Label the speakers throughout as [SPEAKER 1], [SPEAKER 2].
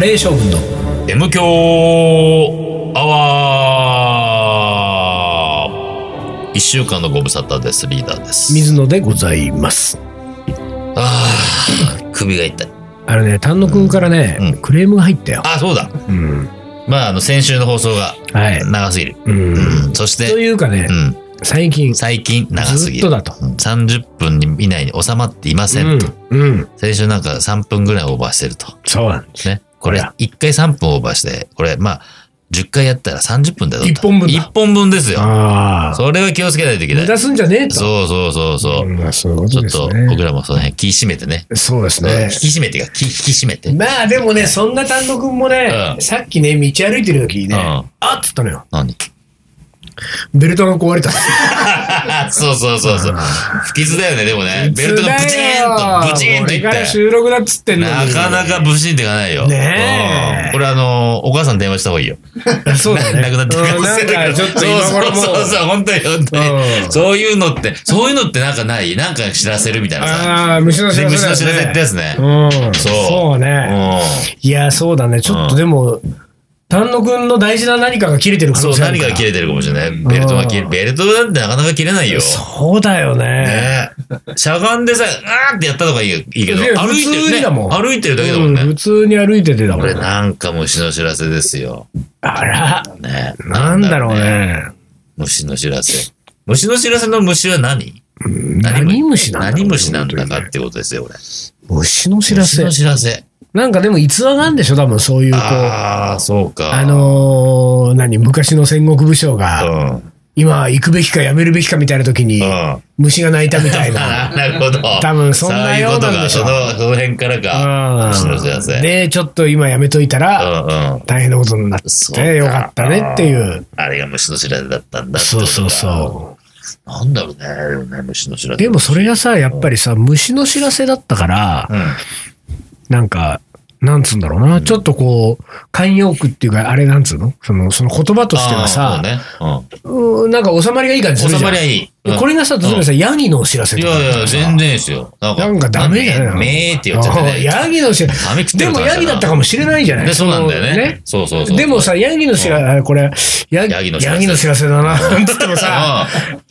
[SPEAKER 1] レー将軍の
[SPEAKER 2] M 強アワー一週間のご無沙汰です。リーダーです。
[SPEAKER 1] 水野でございます。
[SPEAKER 2] ああ、首が痛い。
[SPEAKER 1] あのね、丹野くんからね、
[SPEAKER 2] うん
[SPEAKER 1] クレームが入ったよ。
[SPEAKER 2] あ、そうだ。
[SPEAKER 1] うん。
[SPEAKER 2] まあ、あの、先週の放送が
[SPEAKER 1] はい。
[SPEAKER 2] 長すぎる。
[SPEAKER 1] うん。
[SPEAKER 2] うん。そし
[SPEAKER 1] と
[SPEAKER 2] て、
[SPEAKER 1] いうかね
[SPEAKER 2] う、ん。
[SPEAKER 1] 最近、
[SPEAKER 2] 最近長す
[SPEAKER 1] ず
[SPEAKER 2] ぎ
[SPEAKER 1] っ
[SPEAKER 2] る
[SPEAKER 1] と。だと。
[SPEAKER 2] うん30分以内に収まっていませんと。
[SPEAKER 1] うん。うん。
[SPEAKER 2] 先週なんか3分ぐらいオーバーしてると。
[SPEAKER 1] そうなんです。
[SPEAKER 2] ね。これ
[SPEAKER 1] ほら、
[SPEAKER 2] 1回3分オーバーして、これ、まあ、10回やったら30分だよと。
[SPEAKER 1] 一本分だ
[SPEAKER 2] 一本分ですよ。
[SPEAKER 1] ああ。
[SPEAKER 2] それは気をつけないといけな
[SPEAKER 1] 無
[SPEAKER 2] い。
[SPEAKER 1] 駄すんじゃねえと。
[SPEAKER 2] そうそうそうそう。
[SPEAKER 1] んまあそういうこ
[SPEAKER 2] ち
[SPEAKER 1] と
[SPEAKER 2] ょっ
[SPEAKER 1] です
[SPEAKER 2] と僕
[SPEAKER 1] ね。
[SPEAKER 2] らもその辺気締めてね。
[SPEAKER 1] そうです
[SPEAKER 2] うん
[SPEAKER 1] ね
[SPEAKER 2] 引。き締めてか、気引き締めて。うん。
[SPEAKER 1] まあでもね、そんな丹野くんもね
[SPEAKER 2] う、ん
[SPEAKER 1] さっきね、道歩いてる時にね、あっつったのよ。
[SPEAKER 2] 何
[SPEAKER 1] ベルトが壊れた。
[SPEAKER 2] そうそうそうそう。不吉だよね、でもね。 ベルトがブチーンと、ブチーンとい
[SPEAKER 1] これ
[SPEAKER 2] っ
[SPEAKER 1] から
[SPEAKER 2] て。
[SPEAKER 1] 収録だっつってんの
[SPEAKER 2] な
[SPEAKER 1] に
[SPEAKER 2] かなかブチーンっていかないよ。
[SPEAKER 1] ねえ
[SPEAKER 2] うんこれあの、お母さんに電話した方がいいよ。
[SPEAKER 1] そうだね。
[SPEAKER 2] 亡く なってる可能性
[SPEAKER 1] うんな
[SPEAKER 2] だ
[SPEAKER 1] んかちょっと
[SPEAKER 2] そう
[SPEAKER 1] 今頃も
[SPEAKER 2] そうそうそう、本当に本当
[SPEAKER 1] うん
[SPEAKER 2] に。そういうのって、そういうのってなんかないなんか知らせるみたいなさ。
[SPEAKER 1] ああ、虫の知
[SPEAKER 2] 全
[SPEAKER 1] ら
[SPEAKER 2] 部
[SPEAKER 1] せ
[SPEAKER 2] 知
[SPEAKER 1] だよね。
[SPEAKER 2] らせってやつね。
[SPEAKER 1] うん。
[SPEAKER 2] そ
[SPEAKER 1] そうう。ね。
[SPEAKER 2] う
[SPEAKER 1] いや、そうだね。ちょっとでも、丹野くんの大事な何かが切れてる可
[SPEAKER 2] ん。そ
[SPEAKER 1] 能
[SPEAKER 2] う、
[SPEAKER 1] 性ある
[SPEAKER 2] 何
[SPEAKER 1] か。
[SPEAKER 2] からが切れてるかもしれない。ベルトが切れ、ベルトなんてなかなか切れないよ。
[SPEAKER 1] そうだよね。
[SPEAKER 2] ねえ。しゃがんでさ、あーってやったとかいいいいけど、
[SPEAKER 1] いや
[SPEAKER 2] 歩いて
[SPEAKER 1] 普通
[SPEAKER 2] る、
[SPEAKER 1] に
[SPEAKER 2] ね、
[SPEAKER 1] だもん
[SPEAKER 2] 歩いてるだけだも
[SPEAKER 1] うんん、
[SPEAKER 2] ね
[SPEAKER 1] 普。通に歩いててだも
[SPEAKER 2] こ
[SPEAKER 1] ん
[SPEAKER 2] れ。なんか虫の知らせですよ。
[SPEAKER 1] あら、
[SPEAKER 2] ねえ
[SPEAKER 1] なんだろう。ね。
[SPEAKER 2] 虫の知らせ。虫の知らせの虫は何
[SPEAKER 1] 何虫なんだろう
[SPEAKER 2] 何虫なんだかってことですよ、俺。
[SPEAKER 1] 虫の知ら
[SPEAKER 2] 虫
[SPEAKER 1] せ
[SPEAKER 2] の。知らせ。
[SPEAKER 1] なんかでも逸話があるんでしょ多分そういう、こう。
[SPEAKER 2] ああ、そうか。
[SPEAKER 1] あのー、何昔の戦国武将
[SPEAKER 2] う
[SPEAKER 1] が、
[SPEAKER 2] ん。うん。
[SPEAKER 1] 今行くべきかやめるべきかみたいな時に、
[SPEAKER 2] あ
[SPEAKER 1] 虫が泣いたみたい な。
[SPEAKER 2] ーなるほど。
[SPEAKER 1] 多分そんなようなんでしょ
[SPEAKER 2] そういうことかその、その辺から
[SPEAKER 1] う
[SPEAKER 2] か。
[SPEAKER 1] ん
[SPEAKER 2] 虫の知らせ。
[SPEAKER 1] で、ちょっと今やめといた
[SPEAKER 2] う
[SPEAKER 1] ら、
[SPEAKER 2] んうん。
[SPEAKER 1] 大変なことになっ
[SPEAKER 2] そう
[SPEAKER 1] て、よかったねっていう。
[SPEAKER 2] あれが虫の知らせだったんだってこと
[SPEAKER 1] そう
[SPEAKER 2] か
[SPEAKER 1] そうそ
[SPEAKER 2] なんだろうね、でもね、虫の知ら
[SPEAKER 1] う。
[SPEAKER 2] せ。
[SPEAKER 1] でもそれがさ、やっぱりさ、虫の知らせだったから、
[SPEAKER 2] うん。
[SPEAKER 1] なんか、なんつうんだろうな、ちょっとこう、慣用句っていうか、あれなんつうのその、その言葉としては
[SPEAKER 2] あ
[SPEAKER 1] さ、
[SPEAKER 2] ーそうね
[SPEAKER 1] うーんなんか収まりがいい感じす
[SPEAKER 2] うん、
[SPEAKER 1] る
[SPEAKER 2] 収
[SPEAKER 1] じゃ
[SPEAKER 2] ま
[SPEAKER 1] ん。
[SPEAKER 2] りゃいい。うん
[SPEAKER 1] これがさ、例えばさ、ヤギのお知らせ
[SPEAKER 2] い
[SPEAKER 1] とか
[SPEAKER 2] や
[SPEAKER 1] だった
[SPEAKER 2] いや、
[SPEAKER 1] らさ
[SPEAKER 2] 全然ですよ。なんか、
[SPEAKER 1] なんかダメだよ
[SPEAKER 2] めめーって言っちゃって
[SPEAKER 1] あ
[SPEAKER 2] ね。
[SPEAKER 1] ヤギの知らせ。
[SPEAKER 2] 髪食って
[SPEAKER 1] で
[SPEAKER 2] る
[SPEAKER 1] も
[SPEAKER 2] 感じ
[SPEAKER 1] ヤギだったかもしれないじゃない
[SPEAKER 2] ね、そうなんだよね。そうそう そう。
[SPEAKER 1] でもさ、ヤギの知らせ、これ、ヤ
[SPEAKER 2] ヤギの知らせ
[SPEAKER 1] ヤギの知らせ だな、なんつってもさ、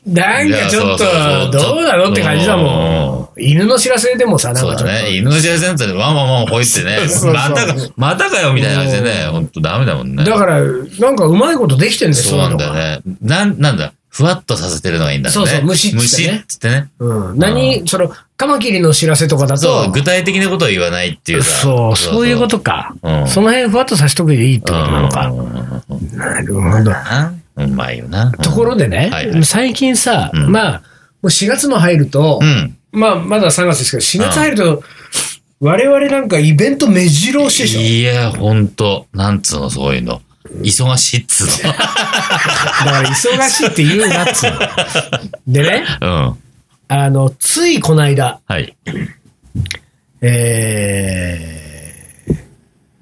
[SPEAKER 1] なんかちょっと
[SPEAKER 2] いや、そうそうそう
[SPEAKER 1] どうなのって感じだもん。犬の知らせでもさ、
[SPEAKER 2] うん、
[SPEAKER 1] なん
[SPEAKER 2] そう
[SPEAKER 1] かち
[SPEAKER 2] だ
[SPEAKER 1] ょっと。
[SPEAKER 2] ね。犬の知らせなんてワンワンワン吠えてね
[SPEAKER 1] そうそうそう
[SPEAKER 2] またか、またかよみたいな感じでね、ほんとダメだもんね。
[SPEAKER 1] だから、なんかうまいことできてんです
[SPEAKER 2] そ
[SPEAKER 1] よ、
[SPEAKER 2] うなんだ
[SPEAKER 1] の
[SPEAKER 2] よ
[SPEAKER 1] が。
[SPEAKER 2] ね。なん、なんだ、ふわっとさせてるのがいいんだね。
[SPEAKER 1] そうそう虫っつって
[SPEAKER 2] 虫
[SPEAKER 1] ね
[SPEAKER 2] っつってね。
[SPEAKER 1] うん。何、その、カマキリの知らせとかだ
[SPEAKER 2] そ
[SPEAKER 1] と
[SPEAKER 2] う、、具体的なことを言わないっていうさ。
[SPEAKER 1] そう、そういうことか。
[SPEAKER 2] うん
[SPEAKER 1] その辺ふわっとさしとくでいいってことなのか
[SPEAKER 2] う。んうんうんうんうん
[SPEAKER 1] なるほど。
[SPEAKER 2] あうまいよな。
[SPEAKER 1] ところでね
[SPEAKER 2] はいはい、
[SPEAKER 1] 最近さ、
[SPEAKER 2] うん
[SPEAKER 1] まあ、もう4月も入ると
[SPEAKER 2] う、ん。
[SPEAKER 1] まあ、まだ3月ですけど、4月入ると、我々なんかイベント目白押しでしょ
[SPEAKER 2] いや、ほんと。なんつうの、そういうの。忙しいっつう
[SPEAKER 1] だから忙しいって言うなっつうの。でね、
[SPEAKER 2] の。うん。
[SPEAKER 1] あの、ついこの間、
[SPEAKER 2] はい。
[SPEAKER 1] えー、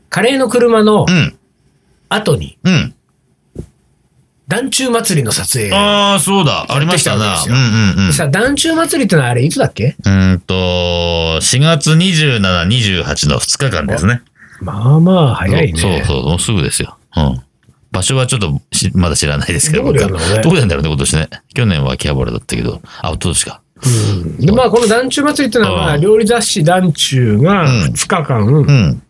[SPEAKER 1] カレーの車の
[SPEAKER 2] うん。
[SPEAKER 1] 後に、
[SPEAKER 2] うん。
[SPEAKER 1] 団中祭りの撮影が。
[SPEAKER 2] ああ、そうだ。ありました
[SPEAKER 1] やっ
[SPEAKER 2] な。
[SPEAKER 1] てき
[SPEAKER 2] う
[SPEAKER 1] た
[SPEAKER 2] んうんうん。
[SPEAKER 1] さあ、団中祭りってのはあれいつだっけ
[SPEAKER 2] うーんと、4月27、28の2日間ですね。
[SPEAKER 1] まあまあ、早いね。
[SPEAKER 2] そうそうそう、もうすぐですよ。うん。場所はちょっとしまだ知らないですけど、
[SPEAKER 1] どこでやるの
[SPEAKER 2] 僕は
[SPEAKER 1] ね
[SPEAKER 2] どこでやるんだろうね、今年ね。去年は秋葉原だったけど、あ、どうですか。
[SPEAKER 1] うんで、まあ、この団中祭りってのは、まあ
[SPEAKER 2] うん
[SPEAKER 1] 料理雑誌団中が
[SPEAKER 2] うん
[SPEAKER 1] 2日間、
[SPEAKER 2] うん。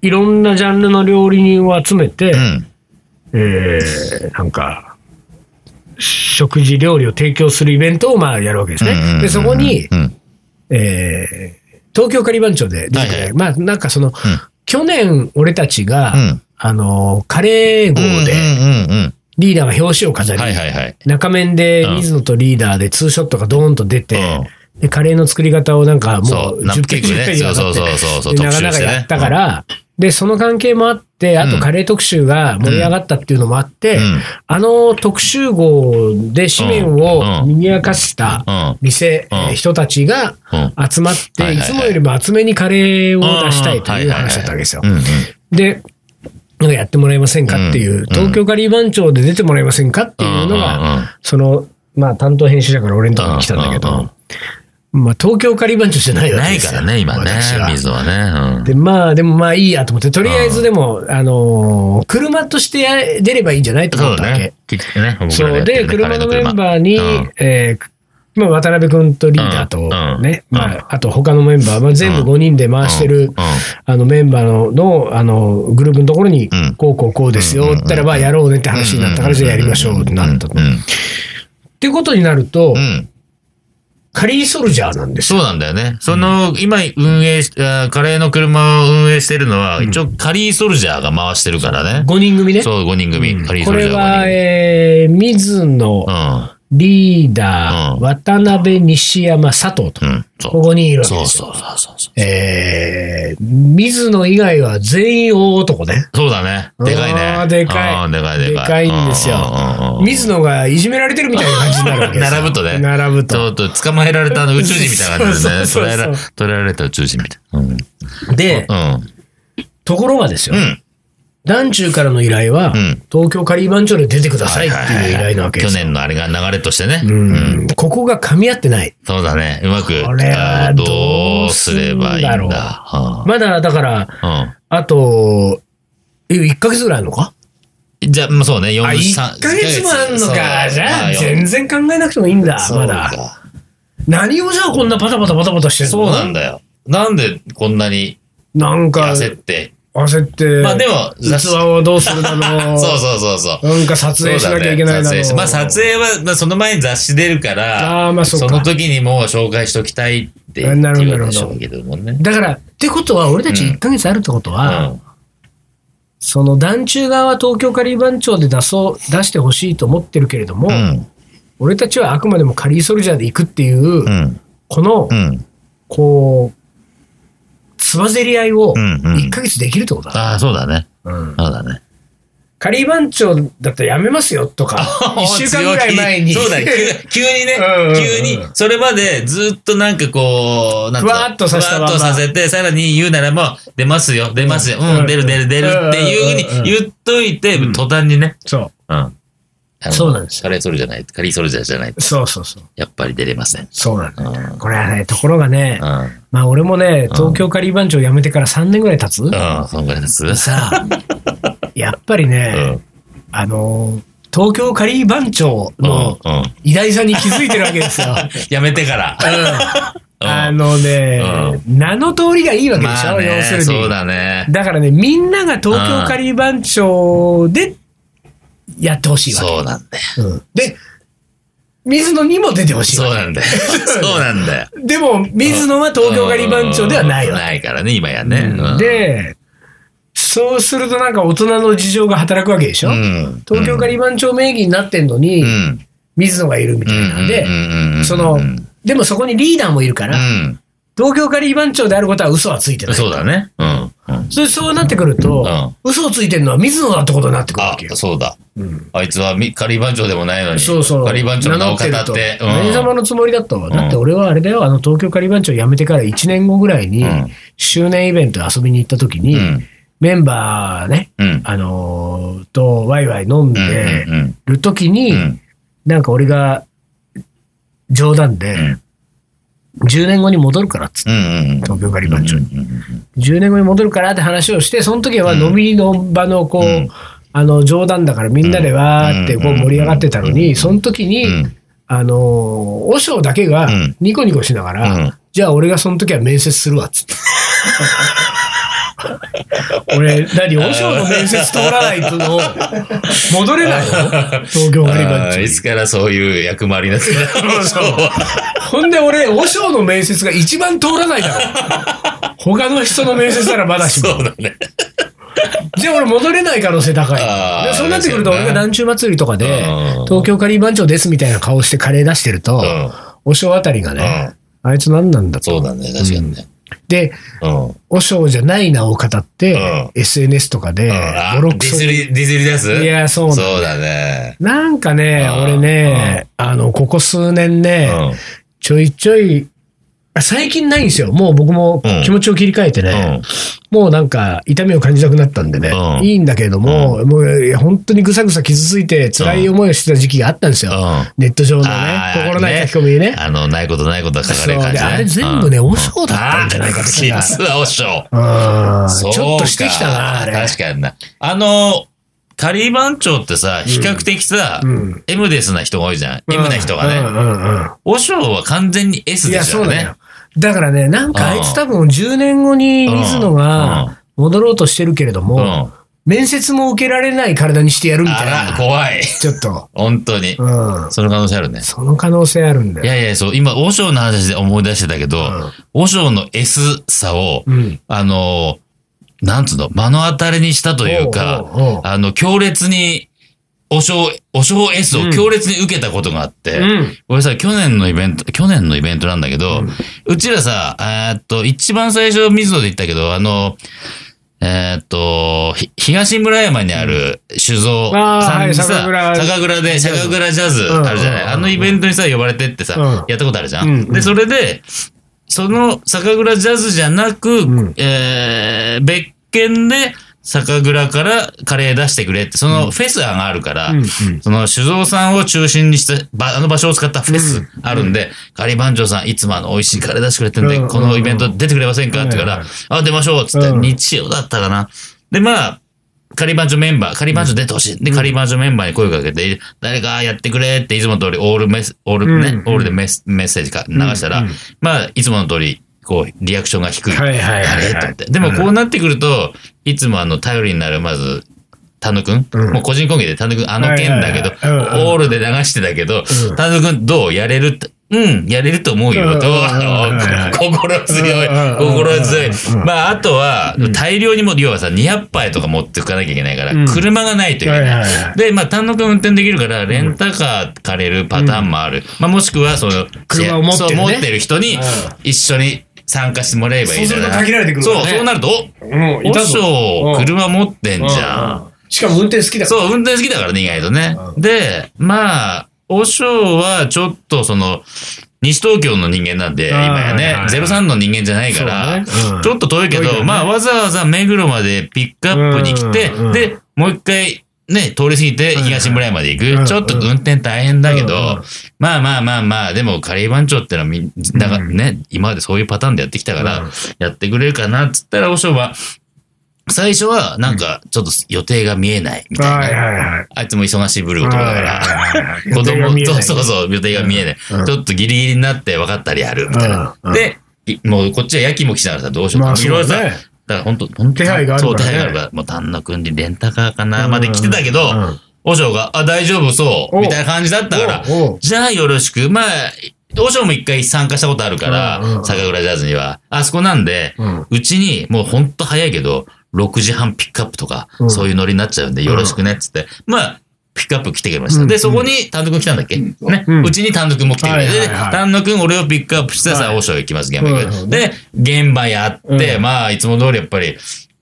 [SPEAKER 1] いろんなジャンルの料理人を集めて、
[SPEAKER 2] うん。
[SPEAKER 1] えーなんか、食事料理を提供するイベントをまあやるわけですね。
[SPEAKER 2] うんうん
[SPEAKER 1] で、そこに
[SPEAKER 2] う、ん。
[SPEAKER 1] えー東京カリバン町で出てくる、
[SPEAKER 2] はいはい
[SPEAKER 1] まあなんかその、去年俺たちが、
[SPEAKER 2] うん
[SPEAKER 1] あの、カレー号
[SPEAKER 2] うん。
[SPEAKER 1] で
[SPEAKER 2] うんうん
[SPEAKER 1] リーダーが表紙を飾
[SPEAKER 2] う
[SPEAKER 1] り、
[SPEAKER 2] ん。はいはいはい。
[SPEAKER 1] 中面で水野とリーダーでツーショットがドーンと出て、で、カレーの作り方をなんかも
[SPEAKER 2] そうう、ナ
[SPEAKER 1] 10
[SPEAKER 2] ップケ
[SPEAKER 1] 件
[SPEAKER 2] ーキ
[SPEAKER 1] 10
[SPEAKER 2] ね。
[SPEAKER 1] 件に
[SPEAKER 2] そう
[SPEAKER 1] わ
[SPEAKER 2] そ
[SPEAKER 1] た
[SPEAKER 2] う
[SPEAKER 1] って
[SPEAKER 2] そうそうそう、
[SPEAKER 1] な
[SPEAKER 2] 特
[SPEAKER 1] か
[SPEAKER 2] 集
[SPEAKER 1] な
[SPEAKER 2] し
[SPEAKER 1] か
[SPEAKER 2] て
[SPEAKER 1] や
[SPEAKER 2] ね
[SPEAKER 1] っ。たから、で、その関係もあって、あとカレー特集が盛り上がったっていうのもあって、
[SPEAKER 2] うん
[SPEAKER 1] あの特集号で紙面
[SPEAKER 2] うん
[SPEAKER 1] を
[SPEAKER 2] うん
[SPEAKER 1] 賑やかした
[SPEAKER 2] うん。
[SPEAKER 1] 店、
[SPEAKER 2] うん
[SPEAKER 1] えー人たちが
[SPEAKER 2] うん。
[SPEAKER 1] 集まっ
[SPEAKER 2] は
[SPEAKER 1] て、い
[SPEAKER 2] いはいはい
[SPEAKER 1] つもよりも厚めにカレーを出したいという話だったわけですよ
[SPEAKER 2] う。んうん。
[SPEAKER 1] で、なんかやってもらえませんかっていう、
[SPEAKER 2] うん
[SPEAKER 1] 東京カリー番長で出てもらえませんかっていうのが、
[SPEAKER 2] うんうんうん
[SPEAKER 1] その、まあ担当編集者から俺のとこに来たんだけ
[SPEAKER 2] うんうんうん
[SPEAKER 1] ど、まあ、東京カリバンチョじゃないわけ
[SPEAKER 2] な
[SPEAKER 1] で
[SPEAKER 2] い
[SPEAKER 1] す
[SPEAKER 2] か
[SPEAKER 1] よ
[SPEAKER 2] らね、今ね
[SPEAKER 1] 私、は
[SPEAKER 2] 水はね。
[SPEAKER 1] で、まあ、でもまあいいやと思って、とりあえずでも、あのー車として出ればいいんじゃない
[SPEAKER 2] うん、
[SPEAKER 1] と
[SPEAKER 2] そ
[SPEAKER 1] 思
[SPEAKER 2] う
[SPEAKER 1] ったわ
[SPEAKER 2] だね
[SPEAKER 1] け。。
[SPEAKER 2] 結局ね、僕
[SPEAKER 1] そう
[SPEAKER 2] らや
[SPEAKER 1] で、
[SPEAKER 2] ってるね
[SPEAKER 1] 車のメンバーに、
[SPEAKER 2] うん
[SPEAKER 1] えーまあ、渡辺君とリーダー
[SPEAKER 2] う
[SPEAKER 1] と
[SPEAKER 2] ん
[SPEAKER 1] ね、
[SPEAKER 2] うん
[SPEAKER 1] まあ、あと他のメンバー、まあ、全部5人で回して
[SPEAKER 2] うんう
[SPEAKER 1] る
[SPEAKER 2] ん、
[SPEAKER 1] あのメンバーののあのグループのところに
[SPEAKER 2] うん、
[SPEAKER 1] こうこうこうですよ、って言ったら、まあ、やろうねって話になったから、じゃあやりましょうってなったと。
[SPEAKER 2] うんうん
[SPEAKER 1] ってことになると
[SPEAKER 2] う、ん。
[SPEAKER 1] カリーソルジャーなんですよ。
[SPEAKER 2] そうなんだよね。その、今運営し、あーカレーの車を運営してるのは、一応カリーソルジャーが回してるからね。
[SPEAKER 1] 5人組ね。
[SPEAKER 2] そう、5人組。カリー
[SPEAKER 1] こ
[SPEAKER 2] ソルジ
[SPEAKER 1] れ
[SPEAKER 2] ャー
[SPEAKER 1] は、
[SPEAKER 2] 5人
[SPEAKER 1] えー、水野、リーダー、
[SPEAKER 2] うん
[SPEAKER 1] 渡辺、西山、佐藤と。
[SPEAKER 2] 組。うん。うん。そう。
[SPEAKER 1] ここにいるわけ
[SPEAKER 2] そ
[SPEAKER 1] で
[SPEAKER 2] う
[SPEAKER 1] すよ。
[SPEAKER 2] そうそうそうそう。
[SPEAKER 1] えー、水野以外は全員大男ね。
[SPEAKER 2] そうだね。でかい
[SPEAKER 1] あー
[SPEAKER 2] ね。
[SPEAKER 1] でかい
[SPEAKER 2] あーでかいでかい。
[SPEAKER 1] でかいんですよ
[SPEAKER 2] うんうんうんうん
[SPEAKER 1] 水野がいじめられてるみたいな感じになるわけですよ
[SPEAKER 2] 並ぶとね
[SPEAKER 1] 並ぶ
[SPEAKER 2] ちょ
[SPEAKER 1] と。
[SPEAKER 2] っと捕まえられたあの宇宙人みたいな感じでね。
[SPEAKER 1] そ
[SPEAKER 2] 捕
[SPEAKER 1] う
[SPEAKER 2] ら
[SPEAKER 1] そう
[SPEAKER 2] え
[SPEAKER 1] そう
[SPEAKER 2] ら捕らえられた宇宙人みたいな。うん。うん。
[SPEAKER 1] で、ところがですよ、
[SPEAKER 2] うん。
[SPEAKER 1] 団中からの依頼は、
[SPEAKER 2] うん
[SPEAKER 1] 東京カリー番長で出てくださいっていう依
[SPEAKER 2] は
[SPEAKER 1] 頼なわけで
[SPEAKER 2] 去
[SPEAKER 1] すよ。
[SPEAKER 2] 年のあれが流れとしてね。
[SPEAKER 1] うんここが噛み合ってない。
[SPEAKER 2] そうだね。うまく、
[SPEAKER 1] これは
[SPEAKER 2] あーどうすればいい
[SPEAKER 1] どうす
[SPEAKER 2] んだ。
[SPEAKER 1] んだろう
[SPEAKER 2] は
[SPEAKER 1] まだ、だから、
[SPEAKER 2] あ
[SPEAKER 1] あと、え1ヶ月ぐらいあるのか
[SPEAKER 2] うん。じゃあ、まあそうね。4
[SPEAKER 1] あ、1ヶ月もあんのか。じゃあ、全然考えなくてもいいんだ、まだ。
[SPEAKER 2] だ。
[SPEAKER 1] 何をじゃあこんなパタパタパタパタしてるの
[SPEAKER 2] そうなんだよ。なんでこんなに
[SPEAKER 1] なんか、
[SPEAKER 2] 焦って。
[SPEAKER 1] 焦って。
[SPEAKER 2] まあでも、
[SPEAKER 1] 器をどうするだろう。
[SPEAKER 2] そうそうそうそう。
[SPEAKER 1] なんか撮影しなきゃいけないだろう。
[SPEAKER 2] そうだね撮影しまあ撮影は、まあ、その前に雑誌出るから、
[SPEAKER 1] あーまあそうか
[SPEAKER 2] の時にもう紹介しときたいって
[SPEAKER 1] あなるほど
[SPEAKER 2] 言うでしょうけどもね。
[SPEAKER 1] だから、ってことは、俺たち
[SPEAKER 2] うん
[SPEAKER 1] 1ヶ月あるってこと
[SPEAKER 2] う
[SPEAKER 1] は、
[SPEAKER 2] ん。
[SPEAKER 1] その団中側は東京カリー番長で出そう、出してほしいと思ってるけれども、
[SPEAKER 2] うん。
[SPEAKER 1] 俺たちはあくまでもカリーソルジャーで行くっていう、
[SPEAKER 2] うん。
[SPEAKER 1] この
[SPEAKER 2] う、ん。
[SPEAKER 1] こう、つばぜり合いを
[SPEAKER 2] うんうん
[SPEAKER 1] 1ヶ月できるってことだ。
[SPEAKER 2] ああ、そうだね。
[SPEAKER 1] うん
[SPEAKER 2] そうだね。
[SPEAKER 1] カリー番長だったらやめますよとか、1週 間ぐらい前に。
[SPEAKER 2] そうだね。急急にね
[SPEAKER 1] うんうんうん、
[SPEAKER 2] 急に、それまでずっとなんかこう、なんか
[SPEAKER 1] ふわーっとさせたまんま
[SPEAKER 2] ふわーっとさせて、さらに言うならもう、出ますよ、出ますよ、
[SPEAKER 1] うん
[SPEAKER 2] うん、出る出る出るっていうふうに言っといて、途端にね。
[SPEAKER 1] そ
[SPEAKER 2] うん。 あの
[SPEAKER 1] そうなんですよ
[SPEAKER 2] カレーソルじゃない、カリーソルジャーじゃない。
[SPEAKER 1] う。そうそうそう。
[SPEAKER 2] やっぱり出れません。
[SPEAKER 1] そうなんだ
[SPEAKER 2] う
[SPEAKER 1] よ。
[SPEAKER 2] ん。うん。
[SPEAKER 1] これはね、ところがね、
[SPEAKER 2] う
[SPEAKER 1] まあ俺もね、東京カリー番長辞めてから3年ぐらい経つ、
[SPEAKER 2] ん。そんぐらいです。
[SPEAKER 1] さあ、 やっぱり
[SPEAKER 2] う
[SPEAKER 1] ね、
[SPEAKER 2] ん。
[SPEAKER 1] あのー、東京カリー番長
[SPEAKER 2] うん。
[SPEAKER 1] の
[SPEAKER 2] うん。
[SPEAKER 1] 偉大さに気づいてるわけ ですよ。
[SPEAKER 2] やめてから。
[SPEAKER 1] あのね、名の通りがいいわけでしょ、
[SPEAKER 2] まあ
[SPEAKER 1] 要す
[SPEAKER 2] ね、
[SPEAKER 1] る
[SPEAKER 2] そ
[SPEAKER 1] に
[SPEAKER 2] う。だね。
[SPEAKER 1] だからね、みんなが東京カリー番長でやってほしいわ
[SPEAKER 2] そうなんだよ。
[SPEAKER 1] け。うんで、水野にも出てほしい
[SPEAKER 2] そう
[SPEAKER 1] わ
[SPEAKER 2] なん だよ。そうなんだよ。
[SPEAKER 1] け。でも、水野は東京カリー番長ではない
[SPEAKER 2] うん
[SPEAKER 1] わ
[SPEAKER 2] ないからね、今やね。う
[SPEAKER 1] け。
[SPEAKER 2] ん、
[SPEAKER 1] で、そうするとなんか大人の事情が働くわけでし
[SPEAKER 2] う
[SPEAKER 1] ょ、
[SPEAKER 2] ん、
[SPEAKER 1] 東京カリー番長名義になってんのに、
[SPEAKER 2] うん
[SPEAKER 1] 水野がいるみたいなんで、
[SPEAKER 2] うん
[SPEAKER 1] その
[SPEAKER 2] うんうん、
[SPEAKER 1] でもそこにリーダーもいるから、東京カリー番長であることは嘘はついて
[SPEAKER 2] う、
[SPEAKER 1] なんい。
[SPEAKER 2] そうだね。うん。うん、
[SPEAKER 1] それそうなってくると、
[SPEAKER 2] うん
[SPEAKER 1] 嘘をついてるのは水野だってことになってくるわ
[SPEAKER 2] あ
[SPEAKER 1] け、よ。
[SPEAKER 2] そうだ。
[SPEAKER 1] うん
[SPEAKER 2] あいつはみカリー番長でもないのに、
[SPEAKER 1] そうそう。
[SPEAKER 2] カリー番長の名を語って、
[SPEAKER 1] 名乗ると
[SPEAKER 2] うん
[SPEAKER 1] 何様のつもりだと。だって俺はあれだよ、あの東京カリー番長辞めてから1年後ぐらいに
[SPEAKER 2] うん、
[SPEAKER 1] 周年イベント遊びに行った時に、
[SPEAKER 2] うん
[SPEAKER 1] メンバーね、
[SPEAKER 2] うん
[SPEAKER 1] あのーとワイワイ飲んで
[SPEAKER 2] うんうん
[SPEAKER 1] る時に、
[SPEAKER 2] うん
[SPEAKER 1] なんか俺が冗談で、
[SPEAKER 2] ん
[SPEAKER 1] 10年後に戻るからっつって、
[SPEAKER 2] うんうん
[SPEAKER 1] 東京カリー番長に。
[SPEAKER 2] うんうん
[SPEAKER 1] 10年後に戻るからって話をして、その時は飲みの場のこう、
[SPEAKER 2] うん
[SPEAKER 1] あの冗談だからみんなでわーってこう盛り上がってたのに、その時に、
[SPEAKER 2] うん
[SPEAKER 1] あのー、和尚だけが
[SPEAKER 2] うん
[SPEAKER 1] ニコニコしながら、
[SPEAKER 2] うん
[SPEAKER 1] じゃあ俺がその時は面接するわっつって。俺、何、和尚の面接通らないとの、戻れないの東京ガリバン
[SPEAKER 2] あ
[SPEAKER 1] チ
[SPEAKER 2] ーいつからそういう役回りになってたの
[SPEAKER 1] ほんで俺、和尚の面接が一番通らないだろ。他の人の面接ならまだしも。
[SPEAKER 2] そうだね。
[SPEAKER 1] じゃあ俺戻れない可能性高
[SPEAKER 2] あ
[SPEAKER 1] い。
[SPEAKER 2] ー
[SPEAKER 1] でそうなってくると
[SPEAKER 2] ですよね
[SPEAKER 1] 俺が団中祭りとかで
[SPEAKER 2] うん、
[SPEAKER 1] 東京カリー番長ですみたいな顔してカレー出してると、
[SPEAKER 2] うん
[SPEAKER 1] お尚あたりがね、あいつ何なんだと。
[SPEAKER 2] そうだね、確かにね。
[SPEAKER 1] で、
[SPEAKER 2] うん。うん
[SPEAKER 1] お尚じゃない名を語って、
[SPEAKER 2] う
[SPEAKER 1] SNS とかで、
[SPEAKER 2] あ
[SPEAKER 1] ボロ
[SPEAKER 2] デ
[SPEAKER 1] ク
[SPEAKER 2] ィ
[SPEAKER 1] ソ
[SPEAKER 2] ス
[SPEAKER 1] に。
[SPEAKER 2] り、ディスり出す
[SPEAKER 1] いやそうな
[SPEAKER 2] そ
[SPEAKER 1] ん
[SPEAKER 2] う
[SPEAKER 1] だ
[SPEAKER 2] だね。
[SPEAKER 1] なんかね、
[SPEAKER 2] うん
[SPEAKER 1] 俺ね、あの、ここ数年
[SPEAKER 2] う
[SPEAKER 1] ね、
[SPEAKER 2] ん
[SPEAKER 1] ちょいちょい、あ最近ないんですよ。もう僕も
[SPEAKER 2] うん
[SPEAKER 1] 気持ちを切り替えて
[SPEAKER 2] う
[SPEAKER 1] ね、
[SPEAKER 2] ん。
[SPEAKER 1] もうなんか痛みを感じなくなったんでね、
[SPEAKER 2] うん
[SPEAKER 1] いいんだけれども、もういや本当にぐさぐさ傷ついて辛い思いをしてた時期があったんですよ。
[SPEAKER 2] うん
[SPEAKER 1] ネット上のね
[SPEAKER 2] あ、ー
[SPEAKER 1] 心ない書き込みにね。
[SPEAKER 2] あの、ないことないことが書か
[SPEAKER 1] そう
[SPEAKER 2] れる感
[SPEAKER 1] で
[SPEAKER 2] じね。
[SPEAKER 1] あれ全部ね、和尚だったんじゃないかと気
[SPEAKER 2] 気
[SPEAKER 1] が
[SPEAKER 2] がする、おしょう。
[SPEAKER 1] うん
[SPEAKER 2] そうか
[SPEAKER 1] ちょっとしてきたな、あれ。
[SPEAKER 2] 確かにな。あの、仮番長ってさ、比較的さ、
[SPEAKER 1] うん。
[SPEAKER 2] M ですな人が多いじゃん。M な人が
[SPEAKER 1] う
[SPEAKER 2] ね。
[SPEAKER 1] んうんうん
[SPEAKER 2] 和尚は完全に S
[SPEAKER 1] い
[SPEAKER 2] で
[SPEAKER 1] や、
[SPEAKER 2] し
[SPEAKER 1] そ
[SPEAKER 2] ょ
[SPEAKER 1] う
[SPEAKER 2] う
[SPEAKER 1] だ
[SPEAKER 2] ね
[SPEAKER 1] よ。。だからね、なんかあいつ多分10年後に水野
[SPEAKER 2] うん
[SPEAKER 1] が戻ろうとしてるけれど
[SPEAKER 2] うん。
[SPEAKER 1] も、
[SPEAKER 2] あ
[SPEAKER 1] 面接も受けられない体にしてやるみたい
[SPEAKER 2] ら、
[SPEAKER 1] な。
[SPEAKER 2] 怖い。
[SPEAKER 1] ちょっと。
[SPEAKER 2] 本当に。
[SPEAKER 1] うん。
[SPEAKER 2] その可能性あるね。
[SPEAKER 1] その可能性あるんだ
[SPEAKER 2] い
[SPEAKER 1] よ。
[SPEAKER 2] やいや、そう、今、和尚の話で思い出してたけど、和尚の S さを、
[SPEAKER 1] うん。
[SPEAKER 2] あの、なんつうの、目の当たりにしたというか、
[SPEAKER 1] おうおうおう
[SPEAKER 2] あの、強烈に、お尚、お尚 S を強烈に受けたことがあって、
[SPEAKER 1] うん。
[SPEAKER 2] 俺さ、去年のイベント、去年のイベントなんだけど、うちらさ、えーっと、一番最初、水野で行ったけど、あの、えーっと、ひ東村山にある酒造
[SPEAKER 1] あー
[SPEAKER 2] さんにさ、
[SPEAKER 1] はい酒蔵
[SPEAKER 2] 酒蔵で、酒蔵ジャズあるじ
[SPEAKER 1] うんうんう
[SPEAKER 2] ゃない、
[SPEAKER 1] んうん
[SPEAKER 2] あのイベントにさ、呼ばれてってさ、
[SPEAKER 1] うん
[SPEAKER 2] やったことあるじゃん。
[SPEAKER 1] うんうん
[SPEAKER 2] で、それで、その酒蔵ジャズじゃなく、
[SPEAKER 1] うん
[SPEAKER 2] えー別件で酒蔵からカレー出してくれって、そのフェス案があるから、
[SPEAKER 1] うんうん
[SPEAKER 2] その酒造さんを中心にしたば、あの場所を使ったフェスあるんで、カリバンジョさん、いつもあの美味しいカレー出してくれてんで、
[SPEAKER 1] うん
[SPEAKER 2] このイベント出てくれませんかって言うか
[SPEAKER 1] はい
[SPEAKER 2] ら、あ、出ましょうっつって、
[SPEAKER 1] うん
[SPEAKER 2] 日曜だったかな。で、まあ、カリバンジョメンバー、カリバンジョ出てほしい。で、カリバンジョメンバーに声かけて、誰かやってくれって、いつもの通り、オールメス、オールね、
[SPEAKER 1] うん
[SPEAKER 2] オールでメスメッセージか流したら、
[SPEAKER 1] うんうん
[SPEAKER 2] まあ、いつもの通り、こう、リアクションが低い。
[SPEAKER 1] はいはい
[SPEAKER 2] あ
[SPEAKER 1] はい
[SPEAKER 2] れと
[SPEAKER 1] は
[SPEAKER 2] 思っ
[SPEAKER 1] い。
[SPEAKER 2] て。でもこうなってくると、いつもあの、頼りになる、まず、丹野くん、
[SPEAKER 1] うん
[SPEAKER 2] もう個人コンビで丹野くん、あの件だけど、
[SPEAKER 1] はいはいはいうんうん
[SPEAKER 2] オールで流してたけど
[SPEAKER 1] うん、
[SPEAKER 2] 丹野くんどうやれるって、うん、やれると思う
[SPEAKER 1] うんうん
[SPEAKER 2] よ、と、
[SPEAKER 1] うん
[SPEAKER 2] 心強い
[SPEAKER 1] うん、うん
[SPEAKER 2] 心強い
[SPEAKER 1] うん。
[SPEAKER 2] まあ、あとは、大量にも、要はさ、200杯とか持っていかなきゃいけないか
[SPEAKER 1] うん
[SPEAKER 2] ら、車がないといけ
[SPEAKER 1] はい
[SPEAKER 2] ない
[SPEAKER 1] はいは。
[SPEAKER 2] で、まあ、丹野くん運転できるから、レンタカー借りるパターンもある。まあ、もしくは、その、
[SPEAKER 1] 車を持ってるね
[SPEAKER 2] そう持ってる人に
[SPEAKER 1] うん、
[SPEAKER 2] 一緒に参加してもらえばいいじゃない。
[SPEAKER 1] そうすると限られてくるから
[SPEAKER 2] そう、
[SPEAKER 1] ね
[SPEAKER 2] そうなると、
[SPEAKER 1] も
[SPEAKER 2] お、和尚、
[SPEAKER 1] うん
[SPEAKER 2] 車持ってんじゃ。
[SPEAKER 1] うんん。しかも運転好きだから。
[SPEAKER 2] そう、運転好きだからね、意外とね。
[SPEAKER 1] う
[SPEAKER 2] で、まあ、和尚はちょっとその、西東京の人間なんで、
[SPEAKER 1] あー
[SPEAKER 2] 今やね
[SPEAKER 1] はい、
[SPEAKER 2] 03の人間じゃないから、
[SPEAKER 1] そうねうん
[SPEAKER 2] ちょっと遠いけ
[SPEAKER 1] 遠い
[SPEAKER 2] ど、
[SPEAKER 1] からね
[SPEAKER 2] まあ、わざわざ目黒までピックアップに来て、
[SPEAKER 1] うんうん
[SPEAKER 2] で、もう一回、ね、通り過ぎて東村山で行く、
[SPEAKER 1] うん
[SPEAKER 2] ちょっと運転大変だけど、
[SPEAKER 1] うんうん
[SPEAKER 2] まあまあまあまあ、でもカレー番長ってのはみんなが
[SPEAKER 1] うん
[SPEAKER 2] ね、今までそういうパターンでやってきたから、
[SPEAKER 1] うん
[SPEAKER 2] やってくれるかなっつったら、おしょは、最初はなんかちょっと予定が見えないみたいな。
[SPEAKER 1] はいはいはい。
[SPEAKER 2] あいつも忙しいブルー男だから。
[SPEAKER 1] 子
[SPEAKER 2] 子供、そうそうそう、予定が見えない。
[SPEAKER 1] うん
[SPEAKER 2] ちょっとギリギリになって分かったりやるみたいな。
[SPEAKER 1] うんうん
[SPEAKER 2] で、いもうこっちはやきもきしながらさ、どうしよう
[SPEAKER 1] ま
[SPEAKER 2] か。
[SPEAKER 1] あ
[SPEAKER 2] いろいろ
[SPEAKER 1] そう
[SPEAKER 2] さ、
[SPEAKER 1] だね
[SPEAKER 2] だから本当、本当
[SPEAKER 1] 手配があるからね
[SPEAKER 2] そう、手配があるから、もう旦那君にレンタカーかな、
[SPEAKER 1] うん
[SPEAKER 2] まで来てたけど
[SPEAKER 1] うん、
[SPEAKER 2] 和尚が、あ、大丈夫そう、
[SPEAKER 1] お
[SPEAKER 2] みたいな感じだったから
[SPEAKER 1] おうおう、
[SPEAKER 2] じゃあよろしく。まあ、和尚も一回参加したことあるか
[SPEAKER 1] うんうん
[SPEAKER 2] ら、酒蔵ジャズには。あそこなんで
[SPEAKER 1] うん、
[SPEAKER 2] うちに、もうほんと早いけど、6時半ピックアップとか
[SPEAKER 1] う、ん
[SPEAKER 2] そういうノリになっちゃうんで、よろしくね、っつって。まあ、ピックアップ来てくれました。
[SPEAKER 1] うん
[SPEAKER 2] で、そこに単独来たんだっけね。
[SPEAKER 1] うん
[SPEAKER 2] うちに単独も来てくれ
[SPEAKER 1] はいは
[SPEAKER 2] て、
[SPEAKER 1] いはい
[SPEAKER 2] 単独俺をピックアップして
[SPEAKER 1] は
[SPEAKER 2] さ、
[SPEAKER 1] い
[SPEAKER 2] 王将行きます、現場行
[SPEAKER 1] はいは
[SPEAKER 2] く。
[SPEAKER 1] い
[SPEAKER 2] で、現場やって、
[SPEAKER 1] うん
[SPEAKER 2] まあ、いつも通りやっぱり、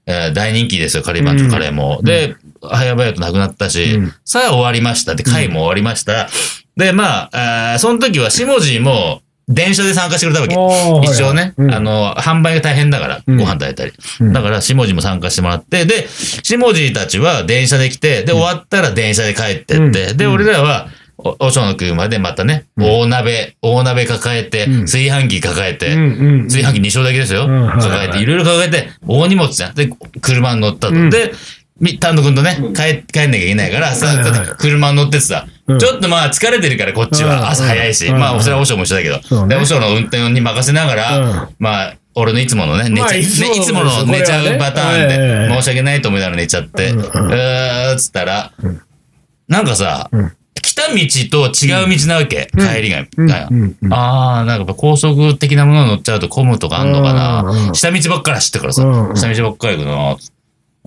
[SPEAKER 2] えー大人気ですよ、カレーパンチョカレーも。で、早々となくなったし
[SPEAKER 1] うん、
[SPEAKER 2] さあ終わりました。で、会も終わりました。で、まあ、あーその時は下地も電車で参加してくれたわけ。
[SPEAKER 1] おー
[SPEAKER 2] 一応ね、
[SPEAKER 1] うん
[SPEAKER 2] あの、販売が大変だから、
[SPEAKER 1] うん
[SPEAKER 2] ご飯炊いたり。
[SPEAKER 1] うん
[SPEAKER 2] だから、下地も参加してもらって、で、下地たちは電車で来て、で、終わったら電車で帰ってって、
[SPEAKER 1] うん
[SPEAKER 2] で、
[SPEAKER 1] うん
[SPEAKER 2] 俺らは、お、おしょのくまでまたね、大鍋、大鍋抱えて、
[SPEAKER 1] うん
[SPEAKER 2] 炊飯器抱えて、
[SPEAKER 1] うんうん
[SPEAKER 2] 炊飯器2升だけですよ。
[SPEAKER 1] うんはい
[SPEAKER 2] 抱え
[SPEAKER 1] は
[SPEAKER 2] て、
[SPEAKER 1] い
[SPEAKER 2] いろいろ抱えて、大荷物じゃん。で、車に乗ったと。
[SPEAKER 1] うん
[SPEAKER 2] で、み丹野くんとね、帰、帰んなきゃいけないから、さ、
[SPEAKER 1] はいはい
[SPEAKER 2] だって車に乗っててさ、
[SPEAKER 1] うん
[SPEAKER 2] ちょっとまあ疲れてるからこっち
[SPEAKER 1] うん
[SPEAKER 2] は朝早いし、
[SPEAKER 1] うん
[SPEAKER 2] まあそれは和尚も一緒だけ
[SPEAKER 1] そ
[SPEAKER 2] ど、
[SPEAKER 1] うね
[SPEAKER 2] で、和尚の運転に任せなが
[SPEAKER 1] う
[SPEAKER 2] ら
[SPEAKER 1] ん、
[SPEAKER 2] まあ、俺のいつものね、寝ちゃ
[SPEAKER 1] まあ
[SPEAKER 2] ね
[SPEAKER 1] い
[SPEAKER 2] い
[SPEAKER 1] つもの
[SPEAKER 2] つもの寝ちゃうパターン
[SPEAKER 1] これはねえ
[SPEAKER 2] で、
[SPEAKER 1] え
[SPEAKER 2] 申し訳ないと思いながら寝ちゃって、う
[SPEAKER 1] うん
[SPEAKER 2] ーっつったら、なんかさ
[SPEAKER 1] うん、
[SPEAKER 2] 来た道と違う道なわけ、
[SPEAKER 1] ん
[SPEAKER 2] 帰りが。
[SPEAKER 1] うんうんうん
[SPEAKER 2] ああ、なんかやっぱ高速的なものに乗っちゃうと混むとかあんのか
[SPEAKER 1] うんう
[SPEAKER 2] な。
[SPEAKER 1] ん
[SPEAKER 2] 下道ばっかり走ってからさ
[SPEAKER 1] うんう、ん
[SPEAKER 2] 下道ばっかり行くな。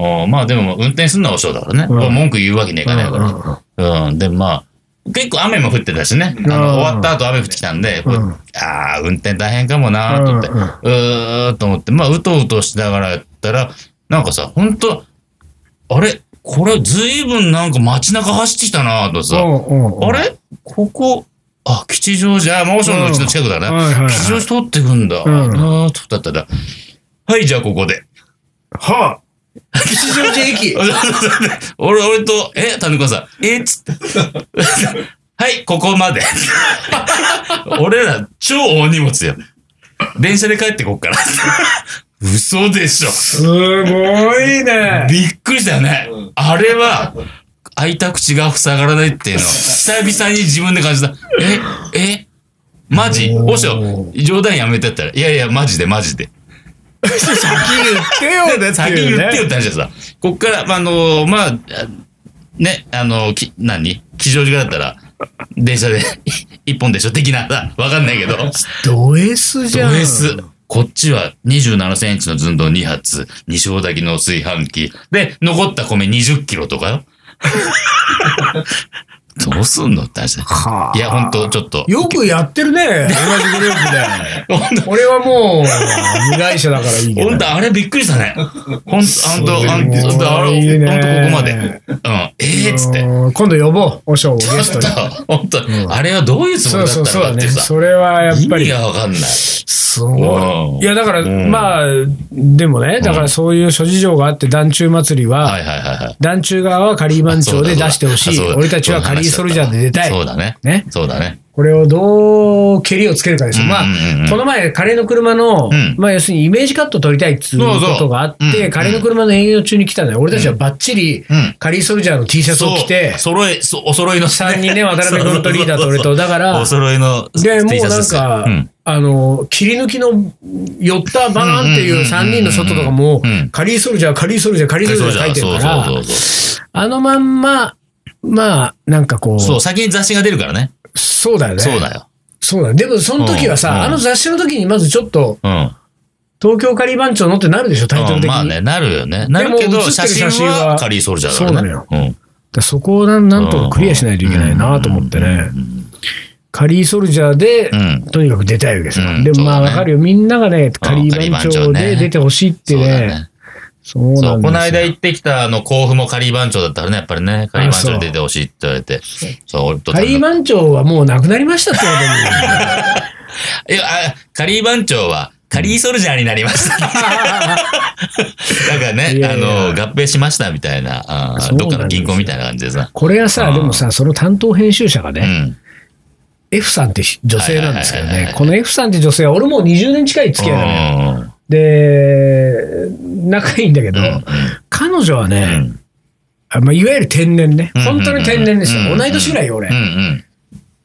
[SPEAKER 2] あーまあでも運転すんのはお尚だからね。
[SPEAKER 1] うん
[SPEAKER 2] もう文句言うわけねえかねえから。うん。で、まあ、結構雨も降ってたしね。
[SPEAKER 1] う
[SPEAKER 2] あの、
[SPEAKER 1] ん
[SPEAKER 2] 終わった後雨降ってきたんで、こう
[SPEAKER 1] うん
[SPEAKER 2] ああ、運転大変かもなと思って、
[SPEAKER 1] うんうん
[SPEAKER 2] うーと思って、まあ、うとうとしながらやったら、なんかさ、ほんと、あれこれ、ずいぶんなんか街中走ってきたなとさ、
[SPEAKER 1] おうおうおう
[SPEAKER 2] あれここ、あ、吉祥寺、あ、マンションのうちの近くだな。
[SPEAKER 1] はいはいはい
[SPEAKER 2] 吉祥寺通ってくんだ。
[SPEAKER 1] うん
[SPEAKER 2] ああ、通ったったら。はい、じゃあここで。
[SPEAKER 1] は
[SPEAKER 3] 吉祥寺駅。
[SPEAKER 2] 俺、俺と、え、谷川さん、えっつって。 はい、ここまで。 俺ら、超大荷物や。電車で帰ってこっから。嘘でしょ。
[SPEAKER 1] あ、すごいね。
[SPEAKER 2] びっくりしたよね
[SPEAKER 3] うん。
[SPEAKER 2] あれは、開いた口が塞がらないっていうのを、久々に自分で感じた。え、え、マジ
[SPEAKER 1] おー
[SPEAKER 2] おしょ、冗談やめてったら、いやいや、マジでマジで。
[SPEAKER 1] 先言ってよね
[SPEAKER 2] 先
[SPEAKER 1] いう
[SPEAKER 2] に
[SPEAKER 1] ね
[SPEAKER 2] 言ってよって話でさ、こっから、まああの、まあ、ね、あの、き、何吉祥寺からだったら、電車で 一本でしょ的なさ、わかんないけど、
[SPEAKER 1] ド S じゃん。
[SPEAKER 2] ド S。こっちは27センチの寸胴2発、二升炊きの炊飯器。で、残った米20キロとかよ。 どうすんのって話だよ
[SPEAKER 1] はあ。
[SPEAKER 2] いや、ほんと、ちょっと。
[SPEAKER 1] よくやってるね。同じグループで。
[SPEAKER 2] ほんと、
[SPEAKER 1] 俺はもう、被害者だからいいけど。
[SPEAKER 2] ほんと、あれびっくりしたね。ほんと、あんと、あん
[SPEAKER 1] すごい
[SPEAKER 2] と、あれ、ほんとここまで。
[SPEAKER 1] ね
[SPEAKER 2] うん。ええっつって。
[SPEAKER 1] うん今度呼ぼう、おしょうをゲス
[SPEAKER 2] ち
[SPEAKER 1] ト
[SPEAKER 2] ょっ
[SPEAKER 1] に
[SPEAKER 2] と。、本当、あれはどういうつ
[SPEAKER 1] そう
[SPEAKER 2] もりだった
[SPEAKER 1] そう
[SPEAKER 2] の
[SPEAKER 1] そう
[SPEAKER 2] か
[SPEAKER 1] だ
[SPEAKER 2] って
[SPEAKER 1] ね。
[SPEAKER 2] さ、
[SPEAKER 1] それはやっぱ
[SPEAKER 2] 意味
[SPEAKER 1] り、
[SPEAKER 2] がわかんない。
[SPEAKER 1] すご
[SPEAKER 2] うん
[SPEAKER 1] い。いや、だから、
[SPEAKER 2] うん
[SPEAKER 1] まあ、でもね、だからそういう諸事情があって、団中祭りは
[SPEAKER 2] は、いはいはいはい。
[SPEAKER 1] 団中側はカリーマン町で出してほしい。俺たちはカリーソルジャーで出たい。
[SPEAKER 2] そうだね。
[SPEAKER 1] ね
[SPEAKER 2] そうだね。
[SPEAKER 1] これをどう、蹴りをつけるかですよ。まあ
[SPEAKER 2] うんうんうん、
[SPEAKER 1] この前、カレーの車の
[SPEAKER 2] うん、
[SPEAKER 1] まあ、要するにイメージカット取りたいっていう
[SPEAKER 2] そう
[SPEAKER 1] こ
[SPEAKER 2] そう
[SPEAKER 1] とがあっ
[SPEAKER 2] うんうん
[SPEAKER 1] て、カレーの車の営業中に来たのよ。俺たちはバッチリ
[SPEAKER 2] うん、
[SPEAKER 1] カリーソルジャーの T シャツを着て、
[SPEAKER 2] 揃え、そお揃いの
[SPEAKER 1] 3人ね、渡辺君とリーダーと俺と、だか
[SPEAKER 2] お
[SPEAKER 1] ら、
[SPEAKER 2] 揃いの T シャ
[SPEAKER 1] で、
[SPEAKER 2] ツ
[SPEAKER 1] もうなん
[SPEAKER 2] ですよ
[SPEAKER 1] か
[SPEAKER 2] うん、
[SPEAKER 1] あの、切り抜きの寄ったバーンっていう3人の外とかも
[SPEAKER 2] うんうんうんうん、
[SPEAKER 1] カリーソルジャー、カリーソルジャー、カリーソルジャー書いてるか
[SPEAKER 2] そ
[SPEAKER 1] ら
[SPEAKER 2] う、そうそう
[SPEAKER 1] あのまんま、まあ、なんかこう、
[SPEAKER 2] そう。そう、先に雑誌が出るからね。
[SPEAKER 1] そうだよね。
[SPEAKER 2] そうだよ。
[SPEAKER 1] そうだね。でも、その時は
[SPEAKER 2] うん
[SPEAKER 1] さ、あの雑誌の時にまずちょっと、
[SPEAKER 2] うん。
[SPEAKER 1] 東京カリー番長のってなるでしょ、タイトル
[SPEAKER 2] うん
[SPEAKER 1] 的に。
[SPEAKER 2] まあね、なるよね。なる
[SPEAKER 1] で
[SPEAKER 2] け
[SPEAKER 1] も
[SPEAKER 2] ど、
[SPEAKER 1] 写って
[SPEAKER 2] 写
[SPEAKER 1] る写
[SPEAKER 2] 真
[SPEAKER 1] 真
[SPEAKER 2] は
[SPEAKER 1] は
[SPEAKER 2] カリーソルジャーだ
[SPEAKER 1] そう
[SPEAKER 2] か
[SPEAKER 1] なの
[SPEAKER 2] ら
[SPEAKER 1] よ
[SPEAKER 2] ね。
[SPEAKER 1] だからそこをなんなんとかクリアしないといけないなと思ってね。カリーソルジャーで
[SPEAKER 2] う、ん。
[SPEAKER 1] とにかく出たいわけですよ。
[SPEAKER 2] うん
[SPEAKER 1] で
[SPEAKER 2] そ
[SPEAKER 1] も
[SPEAKER 2] うだ
[SPEAKER 1] まあ
[SPEAKER 2] ね
[SPEAKER 1] わかるよ。みんながね、カリー番長
[SPEAKER 2] カリー番長ね
[SPEAKER 1] で出てほしいって
[SPEAKER 2] そうだ
[SPEAKER 1] ね
[SPEAKER 2] ね。。
[SPEAKER 1] そう
[SPEAKER 2] そ
[SPEAKER 1] な
[SPEAKER 2] う、
[SPEAKER 1] ん
[SPEAKER 2] この
[SPEAKER 1] です
[SPEAKER 2] 間
[SPEAKER 1] よ。
[SPEAKER 2] 行ってきた、あの、甲府もカリー番長だったからね、やっぱりね、カリー番長に出てほしいって言われて。そう、俺と
[SPEAKER 1] カリー番長はもうなくなりましたってこと に。
[SPEAKER 2] いや、あカリー番長は、カリーソルジャーになりました。だから
[SPEAKER 1] い
[SPEAKER 2] ね、
[SPEAKER 1] や
[SPEAKER 2] あ
[SPEAKER 1] いや
[SPEAKER 2] の、合併しましたみたいな、あー
[SPEAKER 1] そう
[SPEAKER 2] どっ
[SPEAKER 1] な
[SPEAKER 2] かの
[SPEAKER 1] んです
[SPEAKER 2] 銀
[SPEAKER 1] よ
[SPEAKER 2] 行みたいな感じでさ。
[SPEAKER 1] これはさ、
[SPEAKER 2] うん
[SPEAKER 1] でもさ、その担当編集者が
[SPEAKER 2] う
[SPEAKER 1] ね、
[SPEAKER 2] ん。
[SPEAKER 1] F さんって女性なんですけど
[SPEAKER 2] はいはいはいは
[SPEAKER 1] ね
[SPEAKER 2] い、
[SPEAKER 1] この F さんって女性は俺もう20年近い付き合いなのよ。
[SPEAKER 2] うん
[SPEAKER 1] で、仲いいんだけど、
[SPEAKER 2] うん
[SPEAKER 1] 彼女は
[SPEAKER 2] う
[SPEAKER 1] ね、
[SPEAKER 2] ん
[SPEAKER 1] あまあ、いわゆる天然ね。
[SPEAKER 2] うん
[SPEAKER 1] 本当に天然ですよ。
[SPEAKER 2] うん
[SPEAKER 1] 同い年ぐらいよ、俺。
[SPEAKER 2] うん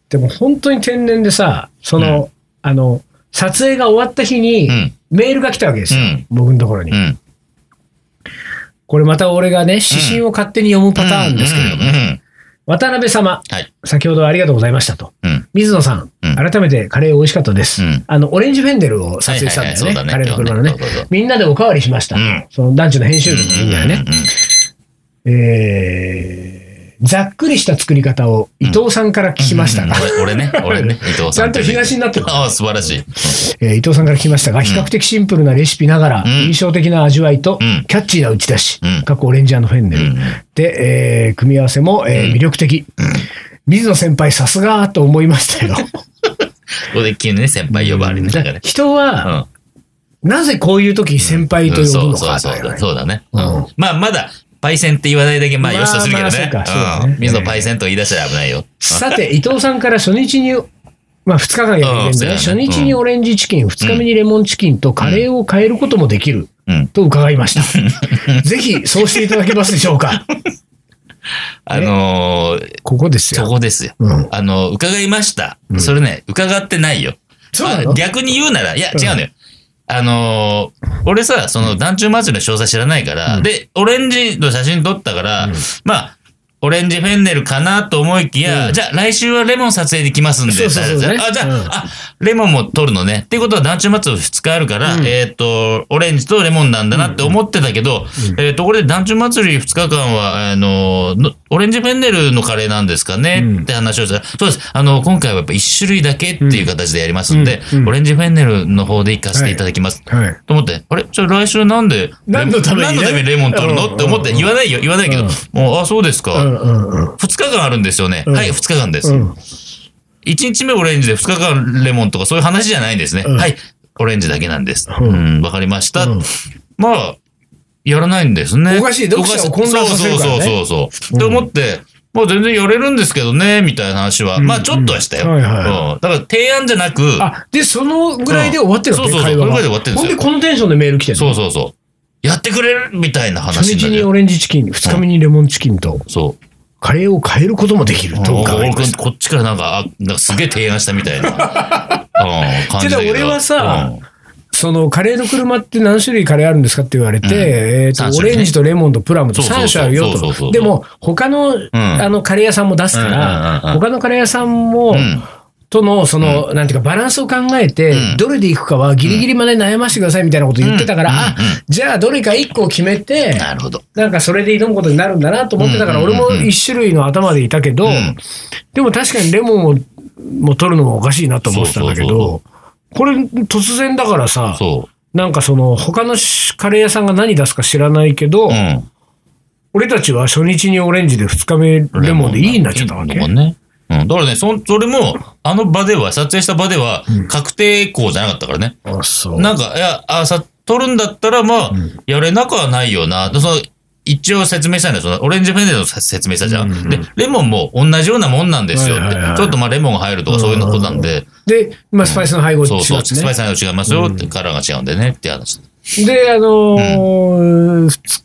[SPEAKER 1] でも本当に天然でさ、その、あの、撮影が終わった日に
[SPEAKER 2] うん、
[SPEAKER 1] メールが来たわけですよ。
[SPEAKER 2] うん
[SPEAKER 1] 僕のところに。
[SPEAKER 2] うん。うん。
[SPEAKER 1] これまた俺がね、指針を勝手に読むパターンですけれども、
[SPEAKER 2] うんうんうん
[SPEAKER 1] 渡辺様、
[SPEAKER 2] はい。
[SPEAKER 1] 先ほどはありがとうございましたと。
[SPEAKER 2] うん。
[SPEAKER 1] 水野さん、
[SPEAKER 2] うん
[SPEAKER 1] 改めてカレー美味しかったです。
[SPEAKER 2] うん
[SPEAKER 1] あの、オレンジフェンデルを撮影したんだよね。
[SPEAKER 2] はいはいはいそうだね
[SPEAKER 1] カレーの車のね
[SPEAKER 2] そうそうそう
[SPEAKER 1] みんなでおかわりしました。
[SPEAKER 2] うん
[SPEAKER 1] その団地の編集部のみんなでね。
[SPEAKER 2] うんうんうん
[SPEAKER 1] えーざっくりした作り方を伊藤さんから聞きましたが、
[SPEAKER 2] 俺俺ね、俺ね、伊藤さん。
[SPEAKER 1] ちゃんと東になってる
[SPEAKER 2] ああ、素晴らしい。
[SPEAKER 1] えー伊藤さんから聞きましたが、比較的シンプルなレシピながら、
[SPEAKER 2] うん
[SPEAKER 1] 印象的な味わいと、
[SPEAKER 2] うん
[SPEAKER 1] キャッチーな打ち出し、
[SPEAKER 2] うん
[SPEAKER 1] 過去オレンジャーのフェンネル、
[SPEAKER 2] うん
[SPEAKER 1] で、えー組み合わせも、えー魅力的。水野先輩、さすがと思いました よ。
[SPEAKER 2] ここで急にね、先輩呼ばわりね。だからね。
[SPEAKER 1] 人
[SPEAKER 2] う
[SPEAKER 1] は、
[SPEAKER 2] ん。
[SPEAKER 1] なぜこういう時先輩と呼ぶの
[SPEAKER 2] そう
[SPEAKER 1] か
[SPEAKER 2] そう
[SPEAKER 1] だ
[SPEAKER 2] そう
[SPEAKER 1] よ
[SPEAKER 2] だ
[SPEAKER 1] ね。
[SPEAKER 2] そうだね。う
[SPEAKER 1] うん
[SPEAKER 2] んまあ、まだ、パイセンって言わないだけ、まあ、
[SPEAKER 1] まあ
[SPEAKER 2] よしとするけど
[SPEAKER 1] まあそう
[SPEAKER 2] ね
[SPEAKER 1] かそうだ。
[SPEAKER 2] う
[SPEAKER 1] ね
[SPEAKER 2] ん水野パイセンと言い出したら危ないよ。
[SPEAKER 1] さて、伊藤さんから初日に、まあ2日間やるイベントね、
[SPEAKER 2] うんそ
[SPEAKER 1] 初
[SPEAKER 2] うだね
[SPEAKER 1] 日にオレンジチキン、2日目にレモンチキンとカレーを変えることもできる
[SPEAKER 2] うん。
[SPEAKER 1] と伺いま した。ぜひ、そうしていただけますでしょうか。
[SPEAKER 2] あのー、
[SPEAKER 1] ここです
[SPEAKER 2] そ
[SPEAKER 1] よ。
[SPEAKER 2] こですよ。
[SPEAKER 1] うん
[SPEAKER 2] あの、伺いました。それね、伺ってないよ。
[SPEAKER 1] そうな
[SPEAKER 2] あ
[SPEAKER 1] の
[SPEAKER 2] 逆に言うなら、いや、違うのよ。あのー俺さ、その、団中祭りの詳細知らないから、で、オレンジの写真撮ったから、まあ、オレンジフェンネルかなと思いきや、じゃあ来週はレモン撮影できますんで、
[SPEAKER 1] そうそうそう
[SPEAKER 2] ってあれ
[SPEAKER 1] ね
[SPEAKER 2] あ、じゃあ、
[SPEAKER 1] うん
[SPEAKER 2] あ、レモンも撮るのね。っていうことは団中祭り2日あるから、えっ、と、オレンジとレモンなんだなって思ってたけど、えっ、と、これで団中祭り2日間は、あののオレンジフェンネルのカレーなんですかね、って話をしたら、そうです。あの、今回はやっぱ1種類だけっていう形でやりますんで、
[SPEAKER 1] うんうん
[SPEAKER 2] オレンジフェンネルの方で行かせていただきます。
[SPEAKER 1] はい。
[SPEAKER 2] と思って、あれじゃあ来週なんで、
[SPEAKER 1] 何のためにね
[SPEAKER 2] 何のレモン取る
[SPEAKER 1] うん
[SPEAKER 2] のって思って、言わないよ、言わないけど、もう、あ、そうです
[SPEAKER 1] う
[SPEAKER 2] か。
[SPEAKER 1] んうんうん。
[SPEAKER 2] 二日間あるんですよね。
[SPEAKER 1] ん
[SPEAKER 2] はい、二日間です。
[SPEAKER 1] うん
[SPEAKER 2] 1日目オレンジで2日間レモンとかそういう話じゃないんですね。
[SPEAKER 1] うん
[SPEAKER 2] はい。オレンジだけなんです。
[SPEAKER 1] う
[SPEAKER 2] うんん、わかりました。
[SPEAKER 1] うん
[SPEAKER 2] まあ、やらないんですね。
[SPEAKER 1] おかしい読者を混乱させるからね
[SPEAKER 2] そうそうそうそう。って思って、まあ全然やれるんですけどね、みたいな話は。
[SPEAKER 1] うん
[SPEAKER 2] まあちょっとはしたよ。
[SPEAKER 1] うんはいは
[SPEAKER 2] うんだから提案じゃなく、
[SPEAKER 1] あ、で、そのぐらいで終わってるわけ、
[SPEAKER 2] うんそうそうそう
[SPEAKER 1] 会話が
[SPEAKER 2] このぐらいで終わってるん
[SPEAKER 1] ほ
[SPEAKER 2] で
[SPEAKER 1] ん
[SPEAKER 2] す
[SPEAKER 1] で、
[SPEAKER 2] よ
[SPEAKER 1] このテンションでメール来てる
[SPEAKER 2] そうそうそう。やってくれるみたいな
[SPEAKER 1] 初
[SPEAKER 2] 話に
[SPEAKER 1] 日
[SPEAKER 2] な
[SPEAKER 1] に
[SPEAKER 2] る。
[SPEAKER 1] オレンジチキン、二日目にレモンチキンと、
[SPEAKER 2] そう。
[SPEAKER 1] カレーを変えることもできると
[SPEAKER 2] お
[SPEAKER 1] 伺い
[SPEAKER 2] 俺
[SPEAKER 1] ました。
[SPEAKER 2] こっちからなんか、あなんかすげえ提案したみたい な。うん感
[SPEAKER 1] け
[SPEAKER 2] じだけど
[SPEAKER 1] ど俺はさそのカレーの車って何種類カレーあるんですかって言われて、
[SPEAKER 2] うん
[SPEAKER 1] えー
[SPEAKER 2] 三
[SPEAKER 1] と、オ
[SPEAKER 2] 種類ね
[SPEAKER 1] レンジとレモンとプラムと
[SPEAKER 2] そうそうそう
[SPEAKER 1] 3種あるよ
[SPEAKER 2] そうそうそ
[SPEAKER 1] と。
[SPEAKER 2] う
[SPEAKER 1] でも、他の、あの、カレー屋さんも出すか
[SPEAKER 2] うんうん
[SPEAKER 1] ら、
[SPEAKER 2] うんうん
[SPEAKER 1] 他のカレー屋さんも、
[SPEAKER 2] うんうん
[SPEAKER 1] との、その、なんていうか、バランスを考えて、
[SPEAKER 2] うん
[SPEAKER 1] どれでいくかはギリギリまで悩ましてくださいみたいなこと言ってたから、
[SPEAKER 2] うん
[SPEAKER 1] あ
[SPEAKER 2] うんうん、
[SPEAKER 1] じゃあどれか1個を決めて、
[SPEAKER 2] なるほど。
[SPEAKER 1] なんかそれで挑むことになるんだなと思ってたから、
[SPEAKER 2] うんうん
[SPEAKER 1] 俺
[SPEAKER 2] うんうん
[SPEAKER 1] も1種類の頭でいたけど、
[SPEAKER 2] うん
[SPEAKER 1] でも確かにレモンをもう取るのもおかしいなと思ってたんだけど、
[SPEAKER 2] そうそうそ
[SPEAKER 1] これ突然だからさ、
[SPEAKER 2] そ
[SPEAKER 1] なんかその他のカレー屋さんが何出すか知らないけど、
[SPEAKER 2] う。うん。
[SPEAKER 1] 俺たちは初日にオレンジで2日目レモンでいいになっちゃったわけ
[SPEAKER 2] いい。もんね。うん。だからね、そんそれも、あの場では、撮影した場では、確定校じゃなかったからね。
[SPEAKER 1] あそう
[SPEAKER 2] なんか、いや、あ、さ、撮るんだったら、まあ、やれなくはないよな。でその一応説明したんだよ。そのオレンジフェンデの説明したじゃん。
[SPEAKER 1] うんうん
[SPEAKER 2] で、レモンも同じようなもんなんですよって。
[SPEAKER 1] はいはいはい
[SPEAKER 2] ちょっとまあ、レモンが入るとかそういうのことなんで、
[SPEAKER 1] で、まあ、スパイスの配合違う
[SPEAKER 2] そう
[SPEAKER 1] ね。
[SPEAKER 2] そう、スパイスの違いますよって、カラーが違うんでねって話。
[SPEAKER 1] で、あのーふつ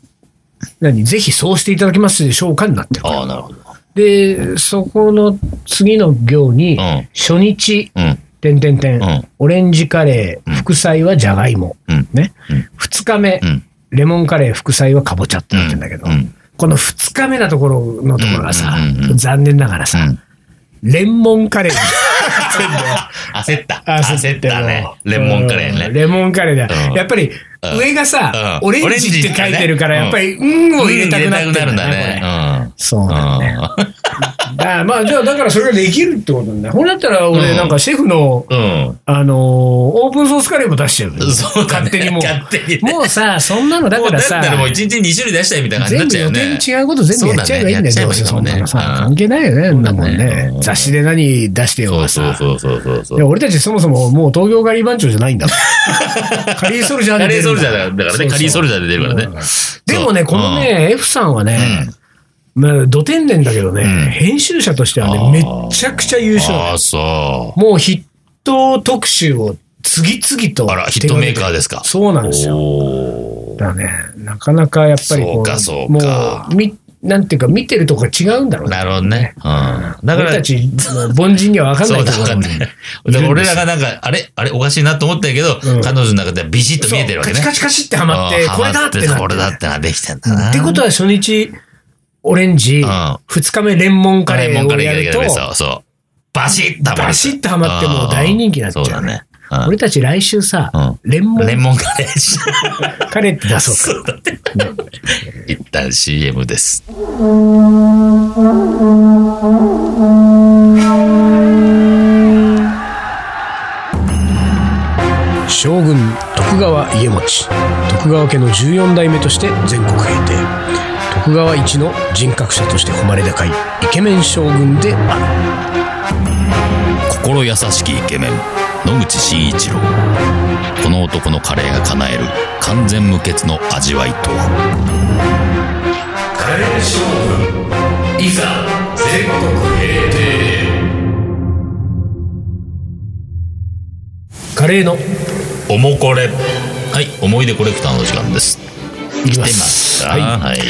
[SPEAKER 1] 何ぜひそうしていただきますでしょうかになってる。
[SPEAKER 2] ああ、なるほど。
[SPEAKER 1] で、そこの次の行に、
[SPEAKER 2] うん
[SPEAKER 1] 初日、
[SPEAKER 2] うん。
[SPEAKER 1] 点点
[SPEAKER 2] う
[SPEAKER 1] 点
[SPEAKER 2] ん、
[SPEAKER 1] オレンジカレー、副菜はじゃがいも、
[SPEAKER 2] うん
[SPEAKER 1] ね
[SPEAKER 2] うん。
[SPEAKER 1] 二日目
[SPEAKER 2] う、ん。
[SPEAKER 1] レモンカレー、副菜はかぼちゃってなってんだけど
[SPEAKER 2] うんうん、
[SPEAKER 1] この二日目なところのところがさ
[SPEAKER 2] うんうんうんう、ん
[SPEAKER 1] 残念ながら
[SPEAKER 2] う
[SPEAKER 1] さ、
[SPEAKER 2] ん。
[SPEAKER 1] レモン カレー。
[SPEAKER 2] 焦った。焦ったね。レモンカレー
[SPEAKER 1] う
[SPEAKER 2] ね
[SPEAKER 1] ん。レモンカレーだ。
[SPEAKER 2] うん
[SPEAKER 1] やっぱり、
[SPEAKER 2] うん
[SPEAKER 1] 上がさ、
[SPEAKER 2] うん
[SPEAKER 1] オレンジって書いてるから、
[SPEAKER 2] オレ
[SPEAKER 1] やっ
[SPEAKER 2] ン
[SPEAKER 1] ぱ
[SPEAKER 2] ジ
[SPEAKER 1] り、うんを入れたくなって
[SPEAKER 2] うん入れたくなるんだ
[SPEAKER 1] これ
[SPEAKER 2] ね。
[SPEAKER 1] そう
[SPEAKER 2] うん。
[SPEAKER 1] なんだよ。だからまあ、じゃあ、だからそれができるってことなんだよ。ほんだったら、俺、
[SPEAKER 2] うん
[SPEAKER 1] なんかシェフの、
[SPEAKER 2] うん。
[SPEAKER 1] あのーオープンソースカレーも出しちゃうよ。
[SPEAKER 2] そうだ
[SPEAKER 1] 勝
[SPEAKER 2] ね
[SPEAKER 1] 手にもう。
[SPEAKER 2] 勝手にね
[SPEAKER 1] もうさ、そんなのだ
[SPEAKER 2] も
[SPEAKER 1] か
[SPEAKER 2] うだ
[SPEAKER 1] ら
[SPEAKER 2] った
[SPEAKER 1] さ、
[SPEAKER 2] らもう一日二種類出したいみたいな感じにな
[SPEAKER 1] 全
[SPEAKER 2] っ
[SPEAKER 1] 部
[SPEAKER 2] ちゃ
[SPEAKER 1] 予定に
[SPEAKER 2] うよね。
[SPEAKER 1] 違うこと全部やっちゃえばいいんだよ、
[SPEAKER 2] そうだね
[SPEAKER 1] どうせ
[SPEAKER 2] やっちゃ
[SPEAKER 1] そ
[SPEAKER 2] えば
[SPEAKER 1] ん
[SPEAKER 2] いい
[SPEAKER 1] なの
[SPEAKER 2] かもね
[SPEAKER 1] さ、
[SPEAKER 2] うん
[SPEAKER 1] 関係ないよね、そんなもんね
[SPEAKER 2] う。ん
[SPEAKER 1] 雑誌で何出してよう
[SPEAKER 2] そ
[SPEAKER 1] が
[SPEAKER 2] う
[SPEAKER 1] さ。
[SPEAKER 2] そうそうそうそうそう
[SPEAKER 1] いや。俺たちそもそももう東京ガリバン長じゃないんだも んカリーソルジャー
[SPEAKER 2] カ
[SPEAKER 1] で
[SPEAKER 2] リ
[SPEAKER 1] 出
[SPEAKER 2] ー
[SPEAKER 1] る
[SPEAKER 2] ソ
[SPEAKER 1] ん
[SPEAKER 2] ルジャーだからね、カリーソルジャーで出るからね。
[SPEAKER 1] でもね、このね、F さんはね、まあ、土天然だけどね、
[SPEAKER 2] うん
[SPEAKER 1] 編集者としては
[SPEAKER 2] あー
[SPEAKER 1] ね、めっちゃくちゃ優秀なの
[SPEAKER 2] ああ、そ
[SPEAKER 1] もうヒット特集を次々と
[SPEAKER 2] う。あら、ヒットメーカーですか。
[SPEAKER 1] そうなんですよ。
[SPEAKER 2] おー
[SPEAKER 1] だからね、なかなかやっぱり
[SPEAKER 2] そうかそうか
[SPEAKER 1] もうみ、なんていうか見てるとこが違うんだろうね。
[SPEAKER 2] なるほどね。うん。だか
[SPEAKER 1] 俺
[SPEAKER 2] ら、
[SPEAKER 1] たち、凡人には分かんない
[SPEAKER 2] そ
[SPEAKER 1] う
[SPEAKER 2] だ
[SPEAKER 1] とこ
[SPEAKER 2] か
[SPEAKER 1] ろ
[SPEAKER 2] ら
[SPEAKER 1] に
[SPEAKER 2] ね。だから俺らがなんか、あれあれおかしいなと思ったけど、
[SPEAKER 1] うん
[SPEAKER 2] 彼女の中ではビシッと見えてるわけね。
[SPEAKER 1] そうカチカチカチってハマって、
[SPEAKER 2] うん
[SPEAKER 1] これだって
[SPEAKER 2] ハ
[SPEAKER 1] な
[SPEAKER 2] マこれだ
[SPEAKER 1] っ。
[SPEAKER 2] っててのはできてんだな。
[SPEAKER 1] ってことは初日、オレンジ、
[SPEAKER 2] ん
[SPEAKER 1] 二日目レモンカレ
[SPEAKER 2] モ
[SPEAKER 1] ー
[SPEAKER 2] ン
[SPEAKER 1] を
[SPEAKER 2] カレー
[SPEAKER 1] やると、
[SPEAKER 2] そうそう。バシッとハマる
[SPEAKER 1] バシッとハマってもう大人気になっちゃうね
[SPEAKER 2] んそうだね。うん
[SPEAKER 1] 俺たち来週さ
[SPEAKER 2] うん、
[SPEAKER 1] レモ
[SPEAKER 2] レ
[SPEAKER 1] ン
[SPEAKER 2] モンカレー。
[SPEAKER 1] カレーって出そうか。
[SPEAKER 2] そうだね。一旦 CM です。
[SPEAKER 1] 将軍徳川家持徳川家の14代目として全国平定徳川一の人格者として誉れ高いイケメン将軍である
[SPEAKER 2] 心優しきイケメン野口真一郎この男のカレーが叶える完全無欠の味わいとはカレー勝負いざ全国平定
[SPEAKER 1] カレーの
[SPEAKER 2] おもこれはい思い出コレクターの時間です
[SPEAKER 1] いき
[SPEAKER 2] 出
[SPEAKER 1] ま、
[SPEAKER 2] ますしたはい、はい
[SPEAKER 1] え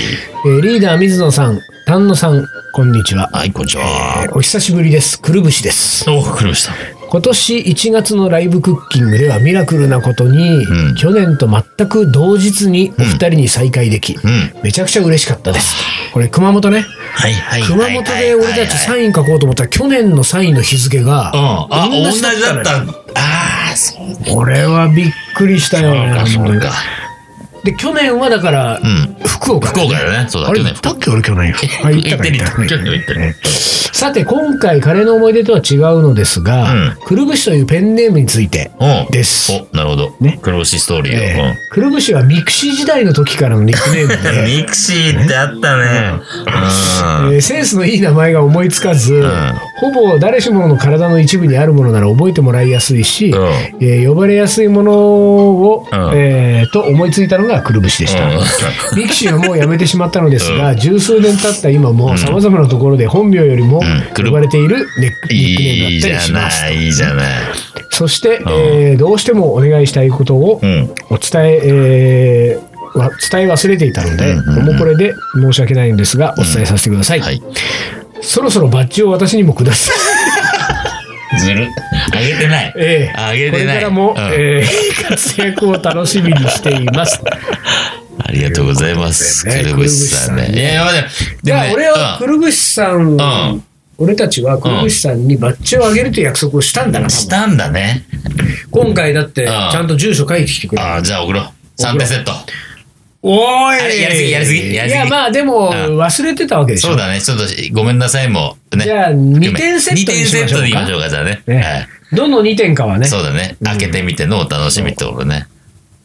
[SPEAKER 1] ーリーダー水野さん丹野さんこんにちは
[SPEAKER 2] こんにちは
[SPEAKER 1] お久しぶりですくるぶしです
[SPEAKER 2] おわかりました
[SPEAKER 1] 今年1月のライブクッキングではミラクルなことに、
[SPEAKER 2] うん
[SPEAKER 1] 去年と全く同日にお二人に再会でき、
[SPEAKER 2] うん
[SPEAKER 1] めちゃくちゃ嬉しかったですこれ熊本ね
[SPEAKER 2] はいはい
[SPEAKER 1] 熊本で俺たちサ
[SPEAKER 2] イ
[SPEAKER 1] イン書こうと思ったら去年のサインの日付が
[SPEAKER 2] うんあ同じだ
[SPEAKER 1] の
[SPEAKER 2] っ
[SPEAKER 1] よ
[SPEAKER 2] たああそう
[SPEAKER 1] これはびっくりしたよね
[SPEAKER 2] かそ
[SPEAKER 1] 本当
[SPEAKER 2] う
[SPEAKER 1] に
[SPEAKER 2] か
[SPEAKER 1] で去年はだから、
[SPEAKER 2] うん
[SPEAKER 1] 福岡
[SPEAKER 2] 福岡だよねそうだ
[SPEAKER 1] あ
[SPEAKER 2] 去
[SPEAKER 1] れ
[SPEAKER 2] 年
[SPEAKER 1] 行
[SPEAKER 2] 福
[SPEAKER 1] っ
[SPEAKER 2] 岡
[SPEAKER 1] たっけ俺去年あ行ったか
[SPEAKER 2] 行ってる
[SPEAKER 1] 行ったか
[SPEAKER 2] 行ってる行ってる
[SPEAKER 1] ねさて今回カレーの思い出とは違うのですが、くるぶしというペンネームについて
[SPEAKER 2] うん。
[SPEAKER 1] です。
[SPEAKER 2] お、なるほど。
[SPEAKER 1] ね
[SPEAKER 2] ね。黒牛ストーリーを。
[SPEAKER 1] ええくるぶしはミクシー時代の時からのニックネーム
[SPEAKER 2] うん
[SPEAKER 1] で、
[SPEAKER 2] ミクシーってあったね。
[SPEAKER 1] えーセンスのいい名前が思いつかず、
[SPEAKER 2] ん
[SPEAKER 1] ほぼ誰しもの体の一部にあるものなら覚えてもらいやすいし、
[SPEAKER 2] うん。うん。
[SPEAKER 1] えー呼ばれやすいものを、
[SPEAKER 2] うん
[SPEAKER 1] えーと思いついたのがくるぶしでした。
[SPEAKER 2] う
[SPEAKER 1] ミクシーはもうやめてしまったのですが、十数年経った今も、様々なところで本名よりも
[SPEAKER 2] んくる
[SPEAKER 1] 呼ばれているネック
[SPEAKER 2] ん
[SPEAKER 1] ニックネー
[SPEAKER 2] い
[SPEAKER 1] ムだ
[SPEAKER 2] いじ
[SPEAKER 1] ったり
[SPEAKER 2] ゃ
[SPEAKER 1] しま
[SPEAKER 2] な
[SPEAKER 1] す。
[SPEAKER 2] い、いいじゃない。
[SPEAKER 1] そして、
[SPEAKER 2] ん
[SPEAKER 1] えーどうしてもお願いしたいことを
[SPEAKER 2] うん。
[SPEAKER 1] お伝え、えーわ伝え忘れていたので、
[SPEAKER 2] うんうんうん
[SPEAKER 1] もうこれで申し訳ないんですが、お伝えさせてください。
[SPEAKER 2] はい。
[SPEAKER 1] そろそろバッジを私にもください。
[SPEAKER 2] ずる。あげてない。
[SPEAKER 1] ええ
[SPEAKER 2] あげてない。
[SPEAKER 1] これからも、
[SPEAKER 2] うん
[SPEAKER 1] えー活躍を楽しみにしてい ます。
[SPEAKER 2] ありがとうございます。
[SPEAKER 1] ということ
[SPEAKER 2] く
[SPEAKER 1] でね
[SPEAKER 2] るぶしさんね。
[SPEAKER 1] くるぶしさんね
[SPEAKER 2] いやいや、でも
[SPEAKER 1] じ
[SPEAKER 2] でも
[SPEAKER 1] ゃあ
[SPEAKER 2] ね、
[SPEAKER 1] 俺はくるぶしさん、
[SPEAKER 2] ん
[SPEAKER 1] 俺たちはくるぶしさんにバッジをあげるという約束をしたんだ
[SPEAKER 2] う、。
[SPEAKER 1] なん
[SPEAKER 2] したんだね。
[SPEAKER 1] 今回だって、ち
[SPEAKER 2] ん
[SPEAKER 1] ゃんと住所書いてきてくれた。
[SPEAKER 2] ああ、じゃあ送ろう。3点セット。
[SPEAKER 1] おー
[SPEAKER 2] あれやりすぎやりすぎやりすぎ
[SPEAKER 1] いや、まあでも、
[SPEAKER 2] うん
[SPEAKER 1] 忘れてたわけでしょ。
[SPEAKER 2] そうだね。ちょっとごめんなさいも。ね。
[SPEAKER 1] じゃあ二点セットにしましょうか
[SPEAKER 2] 2点セットでいきましょうか、じゃあね。
[SPEAKER 1] ね
[SPEAKER 2] はい
[SPEAKER 1] どの2点かはね。
[SPEAKER 2] そうだね。開けてみてのお楽しみってことね。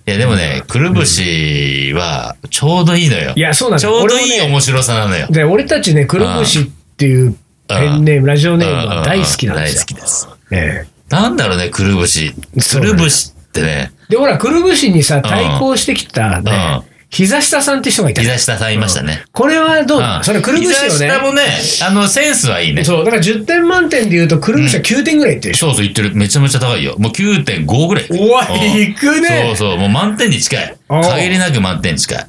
[SPEAKER 2] いや、でもね、くるぶしはちょうどいいのよ。
[SPEAKER 1] いや、そうなん
[SPEAKER 2] ち
[SPEAKER 1] だ
[SPEAKER 2] ょうど
[SPEAKER 1] 俺
[SPEAKER 2] いい
[SPEAKER 1] もね
[SPEAKER 2] 面白さなのよ。
[SPEAKER 1] で、俺たちね、くるぶしっていうペンネーム、ラジオネーム
[SPEAKER 2] うん
[SPEAKER 1] は大好きなんですよ
[SPEAKER 2] 大好。きです。
[SPEAKER 1] え
[SPEAKER 2] なんだろうね、くるぶし。
[SPEAKER 1] そ
[SPEAKER 2] く
[SPEAKER 1] うだね
[SPEAKER 2] るぶしってね、
[SPEAKER 1] えで、ほら、くるぶしにさ、対抗してきたね
[SPEAKER 2] うん、
[SPEAKER 1] 膝下さんって人がいたじゃん。
[SPEAKER 2] 膝下さんいましたね。
[SPEAKER 1] これはどう
[SPEAKER 2] う
[SPEAKER 1] だ
[SPEAKER 2] ん
[SPEAKER 1] それ、くるぶしを
[SPEAKER 2] 膝
[SPEAKER 1] ね。
[SPEAKER 2] 下もね、あの、センスはいいね。
[SPEAKER 1] そう、だから10点満点で言うと、くるぶしは9点ぐらいいってるでしょ。
[SPEAKER 2] そうそう言ってる。めちゃめちゃ高いよ。もう9.5ぐらい。
[SPEAKER 1] おわ
[SPEAKER 2] うん
[SPEAKER 1] いくね
[SPEAKER 2] そうそう。もう満点に近い。
[SPEAKER 1] おう
[SPEAKER 2] 限りなく満点に近い。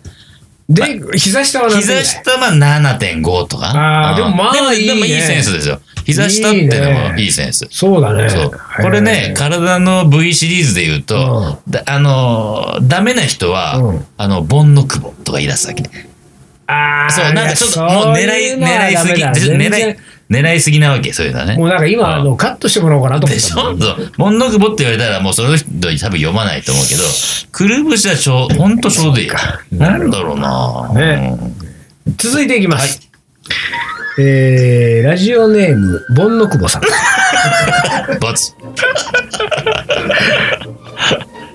[SPEAKER 1] で、膝下は何点ぐら
[SPEAKER 2] 膝
[SPEAKER 1] い
[SPEAKER 2] 下は7.5とか。
[SPEAKER 1] あー
[SPEAKER 2] うん
[SPEAKER 1] でもまあ
[SPEAKER 2] でも
[SPEAKER 1] いいね
[SPEAKER 2] でもいいセンスですよ。膝下ってのもいいセンス。
[SPEAKER 1] そうだね。
[SPEAKER 2] そう。
[SPEAKER 1] はい
[SPEAKER 2] これね、、体の部位シリーズで言うと、だあのー、ダメな人は、
[SPEAKER 1] うん
[SPEAKER 2] あの、ボンノクボとか言い出すだけ。
[SPEAKER 1] ああ、
[SPEAKER 2] そう、なんかちょっと、もう狙い、狙いすぎ。ちょっと
[SPEAKER 1] 狙
[SPEAKER 2] 狙い
[SPEAKER 1] い。、
[SPEAKER 2] 狙いすぎなわけ、そういうのはね。
[SPEAKER 1] もうなんか今、あの、カットしてもらおうかなと思っ
[SPEAKER 2] でした
[SPEAKER 1] んだけど。
[SPEAKER 2] ょそう。ボンノクボって言われたら、もうその人に多分読まないと思うけど、くるぶしはちょう、ほんとちょうどいい。なんだろうな
[SPEAKER 1] ね
[SPEAKER 2] うん
[SPEAKER 1] 続いていきま
[SPEAKER 2] はい
[SPEAKER 1] す。えー、ラジオネーム、ボンノクボさん。
[SPEAKER 2] バツ。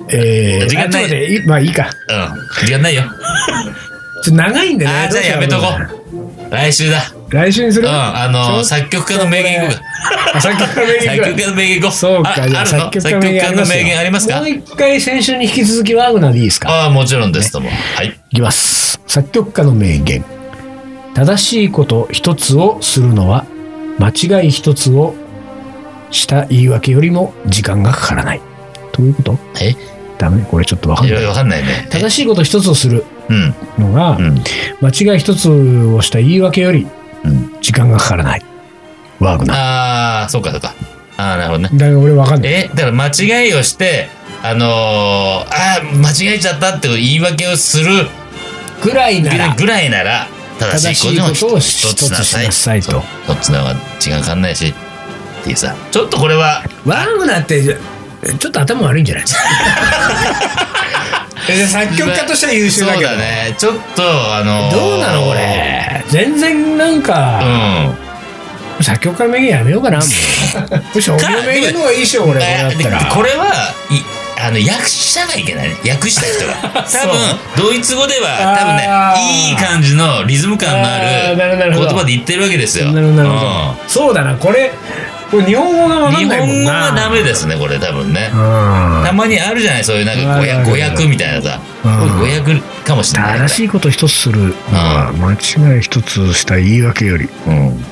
[SPEAKER 1] えー、
[SPEAKER 2] 時間ない
[SPEAKER 1] あちょっと待っていまあいいか。
[SPEAKER 2] うん。時間ないよ。
[SPEAKER 1] ちょっと長いんでね。
[SPEAKER 2] ああ、じ
[SPEAKER 1] ど
[SPEAKER 2] ゃ
[SPEAKER 1] うし
[SPEAKER 2] あ
[SPEAKER 1] よ
[SPEAKER 2] や
[SPEAKER 1] う
[SPEAKER 2] めとこ
[SPEAKER 1] かな
[SPEAKER 2] う。来週だ。
[SPEAKER 1] 来週にす
[SPEAKER 2] うん。
[SPEAKER 1] る
[SPEAKER 2] あ
[SPEAKER 1] ちょっ
[SPEAKER 2] の、
[SPEAKER 1] と
[SPEAKER 2] 作曲家の名言いこうか。
[SPEAKER 1] あ作曲家の名言いく
[SPEAKER 2] 作曲家の名言いこう。
[SPEAKER 1] そう
[SPEAKER 2] あ
[SPEAKER 1] か、じゃ
[SPEAKER 2] あ
[SPEAKER 1] あ
[SPEAKER 2] るの作
[SPEAKER 1] 作曲家
[SPEAKER 2] 曲
[SPEAKER 1] の名言
[SPEAKER 2] 家の名言ありますか
[SPEAKER 1] もう一回先週に引き続きワーグナーでいいですか
[SPEAKER 2] ああ、もちろんですとも。はい。
[SPEAKER 1] いきます。作曲家の名言。正しいこと一つをするのは、間違い一つをした言い訳よりも時間がかからない。どういうこと
[SPEAKER 2] え
[SPEAKER 1] ダメこれちょっとわか
[SPEAKER 2] い
[SPEAKER 1] んな
[SPEAKER 2] や、
[SPEAKER 1] い。
[SPEAKER 2] わかんないね。
[SPEAKER 1] 正しいこと一つをする
[SPEAKER 2] うん。
[SPEAKER 1] のが、
[SPEAKER 2] うん。
[SPEAKER 1] 間違い一つをした言い訳より
[SPEAKER 2] うん
[SPEAKER 1] 時間がかからない。ワーグナー。
[SPEAKER 2] ああ、そうかそうか。ああ、なるほどね。
[SPEAKER 1] だから俺わかんない。
[SPEAKER 2] え、だから間違いをして、あのー、ああ、間違えちゃったって言い訳をする
[SPEAKER 1] ぐらいなら、
[SPEAKER 2] ぐらいなら、正
[SPEAKER 1] 正
[SPEAKER 2] し
[SPEAKER 1] し
[SPEAKER 2] い
[SPEAKER 1] い
[SPEAKER 2] こ
[SPEAKER 1] こと
[SPEAKER 2] とを
[SPEAKER 1] を
[SPEAKER 2] 一
[SPEAKER 1] 一
[SPEAKER 2] つ
[SPEAKER 1] つ
[SPEAKER 2] しな
[SPEAKER 1] し
[SPEAKER 2] さい
[SPEAKER 1] な。さいと。
[SPEAKER 2] 一つなは時間かかんないし、っていうさ。ちょっとこれは、
[SPEAKER 1] ワーグナーって、ちょっと頭悪いん じゃないですかえ作曲家としては優秀だけど。
[SPEAKER 2] そうだね。ちょっと、あのー
[SPEAKER 1] どうなのこれ。全然なんか、
[SPEAKER 2] うん。
[SPEAKER 1] 作曲家の名言やめよ うかな、もう。むしろ俺の名言の方がいいっしょ、俺。これだったら。
[SPEAKER 2] これはいあの訳者がいけないね訳した人 が
[SPEAKER 1] そう
[SPEAKER 2] 多分ドイツ語では多分
[SPEAKER 1] あ
[SPEAKER 2] ね
[SPEAKER 1] ー
[SPEAKER 2] いい感じのリズム感のあ
[SPEAKER 1] あーなるほどなる
[SPEAKER 2] る
[SPEAKER 1] ほ
[SPEAKER 2] 言
[SPEAKER 1] ど
[SPEAKER 2] 葉で言ってるわけですよ
[SPEAKER 1] なるほどなるほ
[SPEAKER 2] うん
[SPEAKER 1] ど。そうだな、これ、これ日本語がわか
[SPEAKER 2] 日
[SPEAKER 1] んないも
[SPEAKER 2] 本
[SPEAKER 1] ん
[SPEAKER 2] 語
[SPEAKER 1] な。
[SPEAKER 2] はダメですねこれ多分ね
[SPEAKER 1] うん
[SPEAKER 2] たまにあるじゃないそういうなんか
[SPEAKER 1] あ
[SPEAKER 2] 語
[SPEAKER 1] るある
[SPEAKER 2] 訳語訳みたいなさ
[SPEAKER 1] うん
[SPEAKER 2] 語訳かもしれない
[SPEAKER 1] 正しいこと一つするのは間違い一つした言い訳より
[SPEAKER 2] うん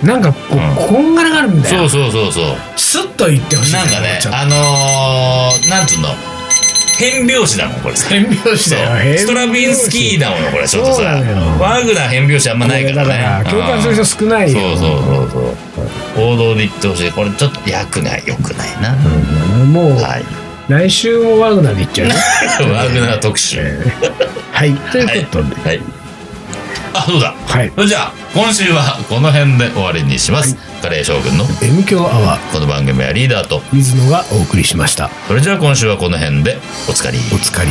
[SPEAKER 1] なんかこ
[SPEAKER 2] うん
[SPEAKER 1] うこんがらがるんだ
[SPEAKER 2] そ
[SPEAKER 1] よ
[SPEAKER 2] うそうそうそう
[SPEAKER 1] スッと言ってほしい
[SPEAKER 2] なんかね
[SPEAKER 1] ちょっと
[SPEAKER 2] あのーなんつうの変拍子だもんこれさ
[SPEAKER 1] 変拍子
[SPEAKER 2] そう
[SPEAKER 1] だよ
[SPEAKER 2] ストラビンスキーだもんねこれちょっと
[SPEAKER 1] そう
[SPEAKER 2] さ
[SPEAKER 1] なのよ
[SPEAKER 2] ワグナー変拍子あんまないからね
[SPEAKER 1] だから共感する
[SPEAKER 2] うん
[SPEAKER 1] 人少ないよ
[SPEAKER 2] そうそうそうそう行動で言ってほしいこれちょっと役が良くないな、
[SPEAKER 1] うんもう
[SPEAKER 2] はい
[SPEAKER 1] 来週もワグナーで行っちゃうよ
[SPEAKER 2] ワグナー特集
[SPEAKER 1] はいということで
[SPEAKER 2] はいあそうだ
[SPEAKER 1] はい
[SPEAKER 2] それじゃあ今週はこの辺で終わりにします、カレー将軍の
[SPEAKER 1] M 強アワー
[SPEAKER 2] この番組はリーダーと
[SPEAKER 1] 水野がお送りしました
[SPEAKER 2] それじゃあ今週はこの辺でおつかり
[SPEAKER 1] お疲れ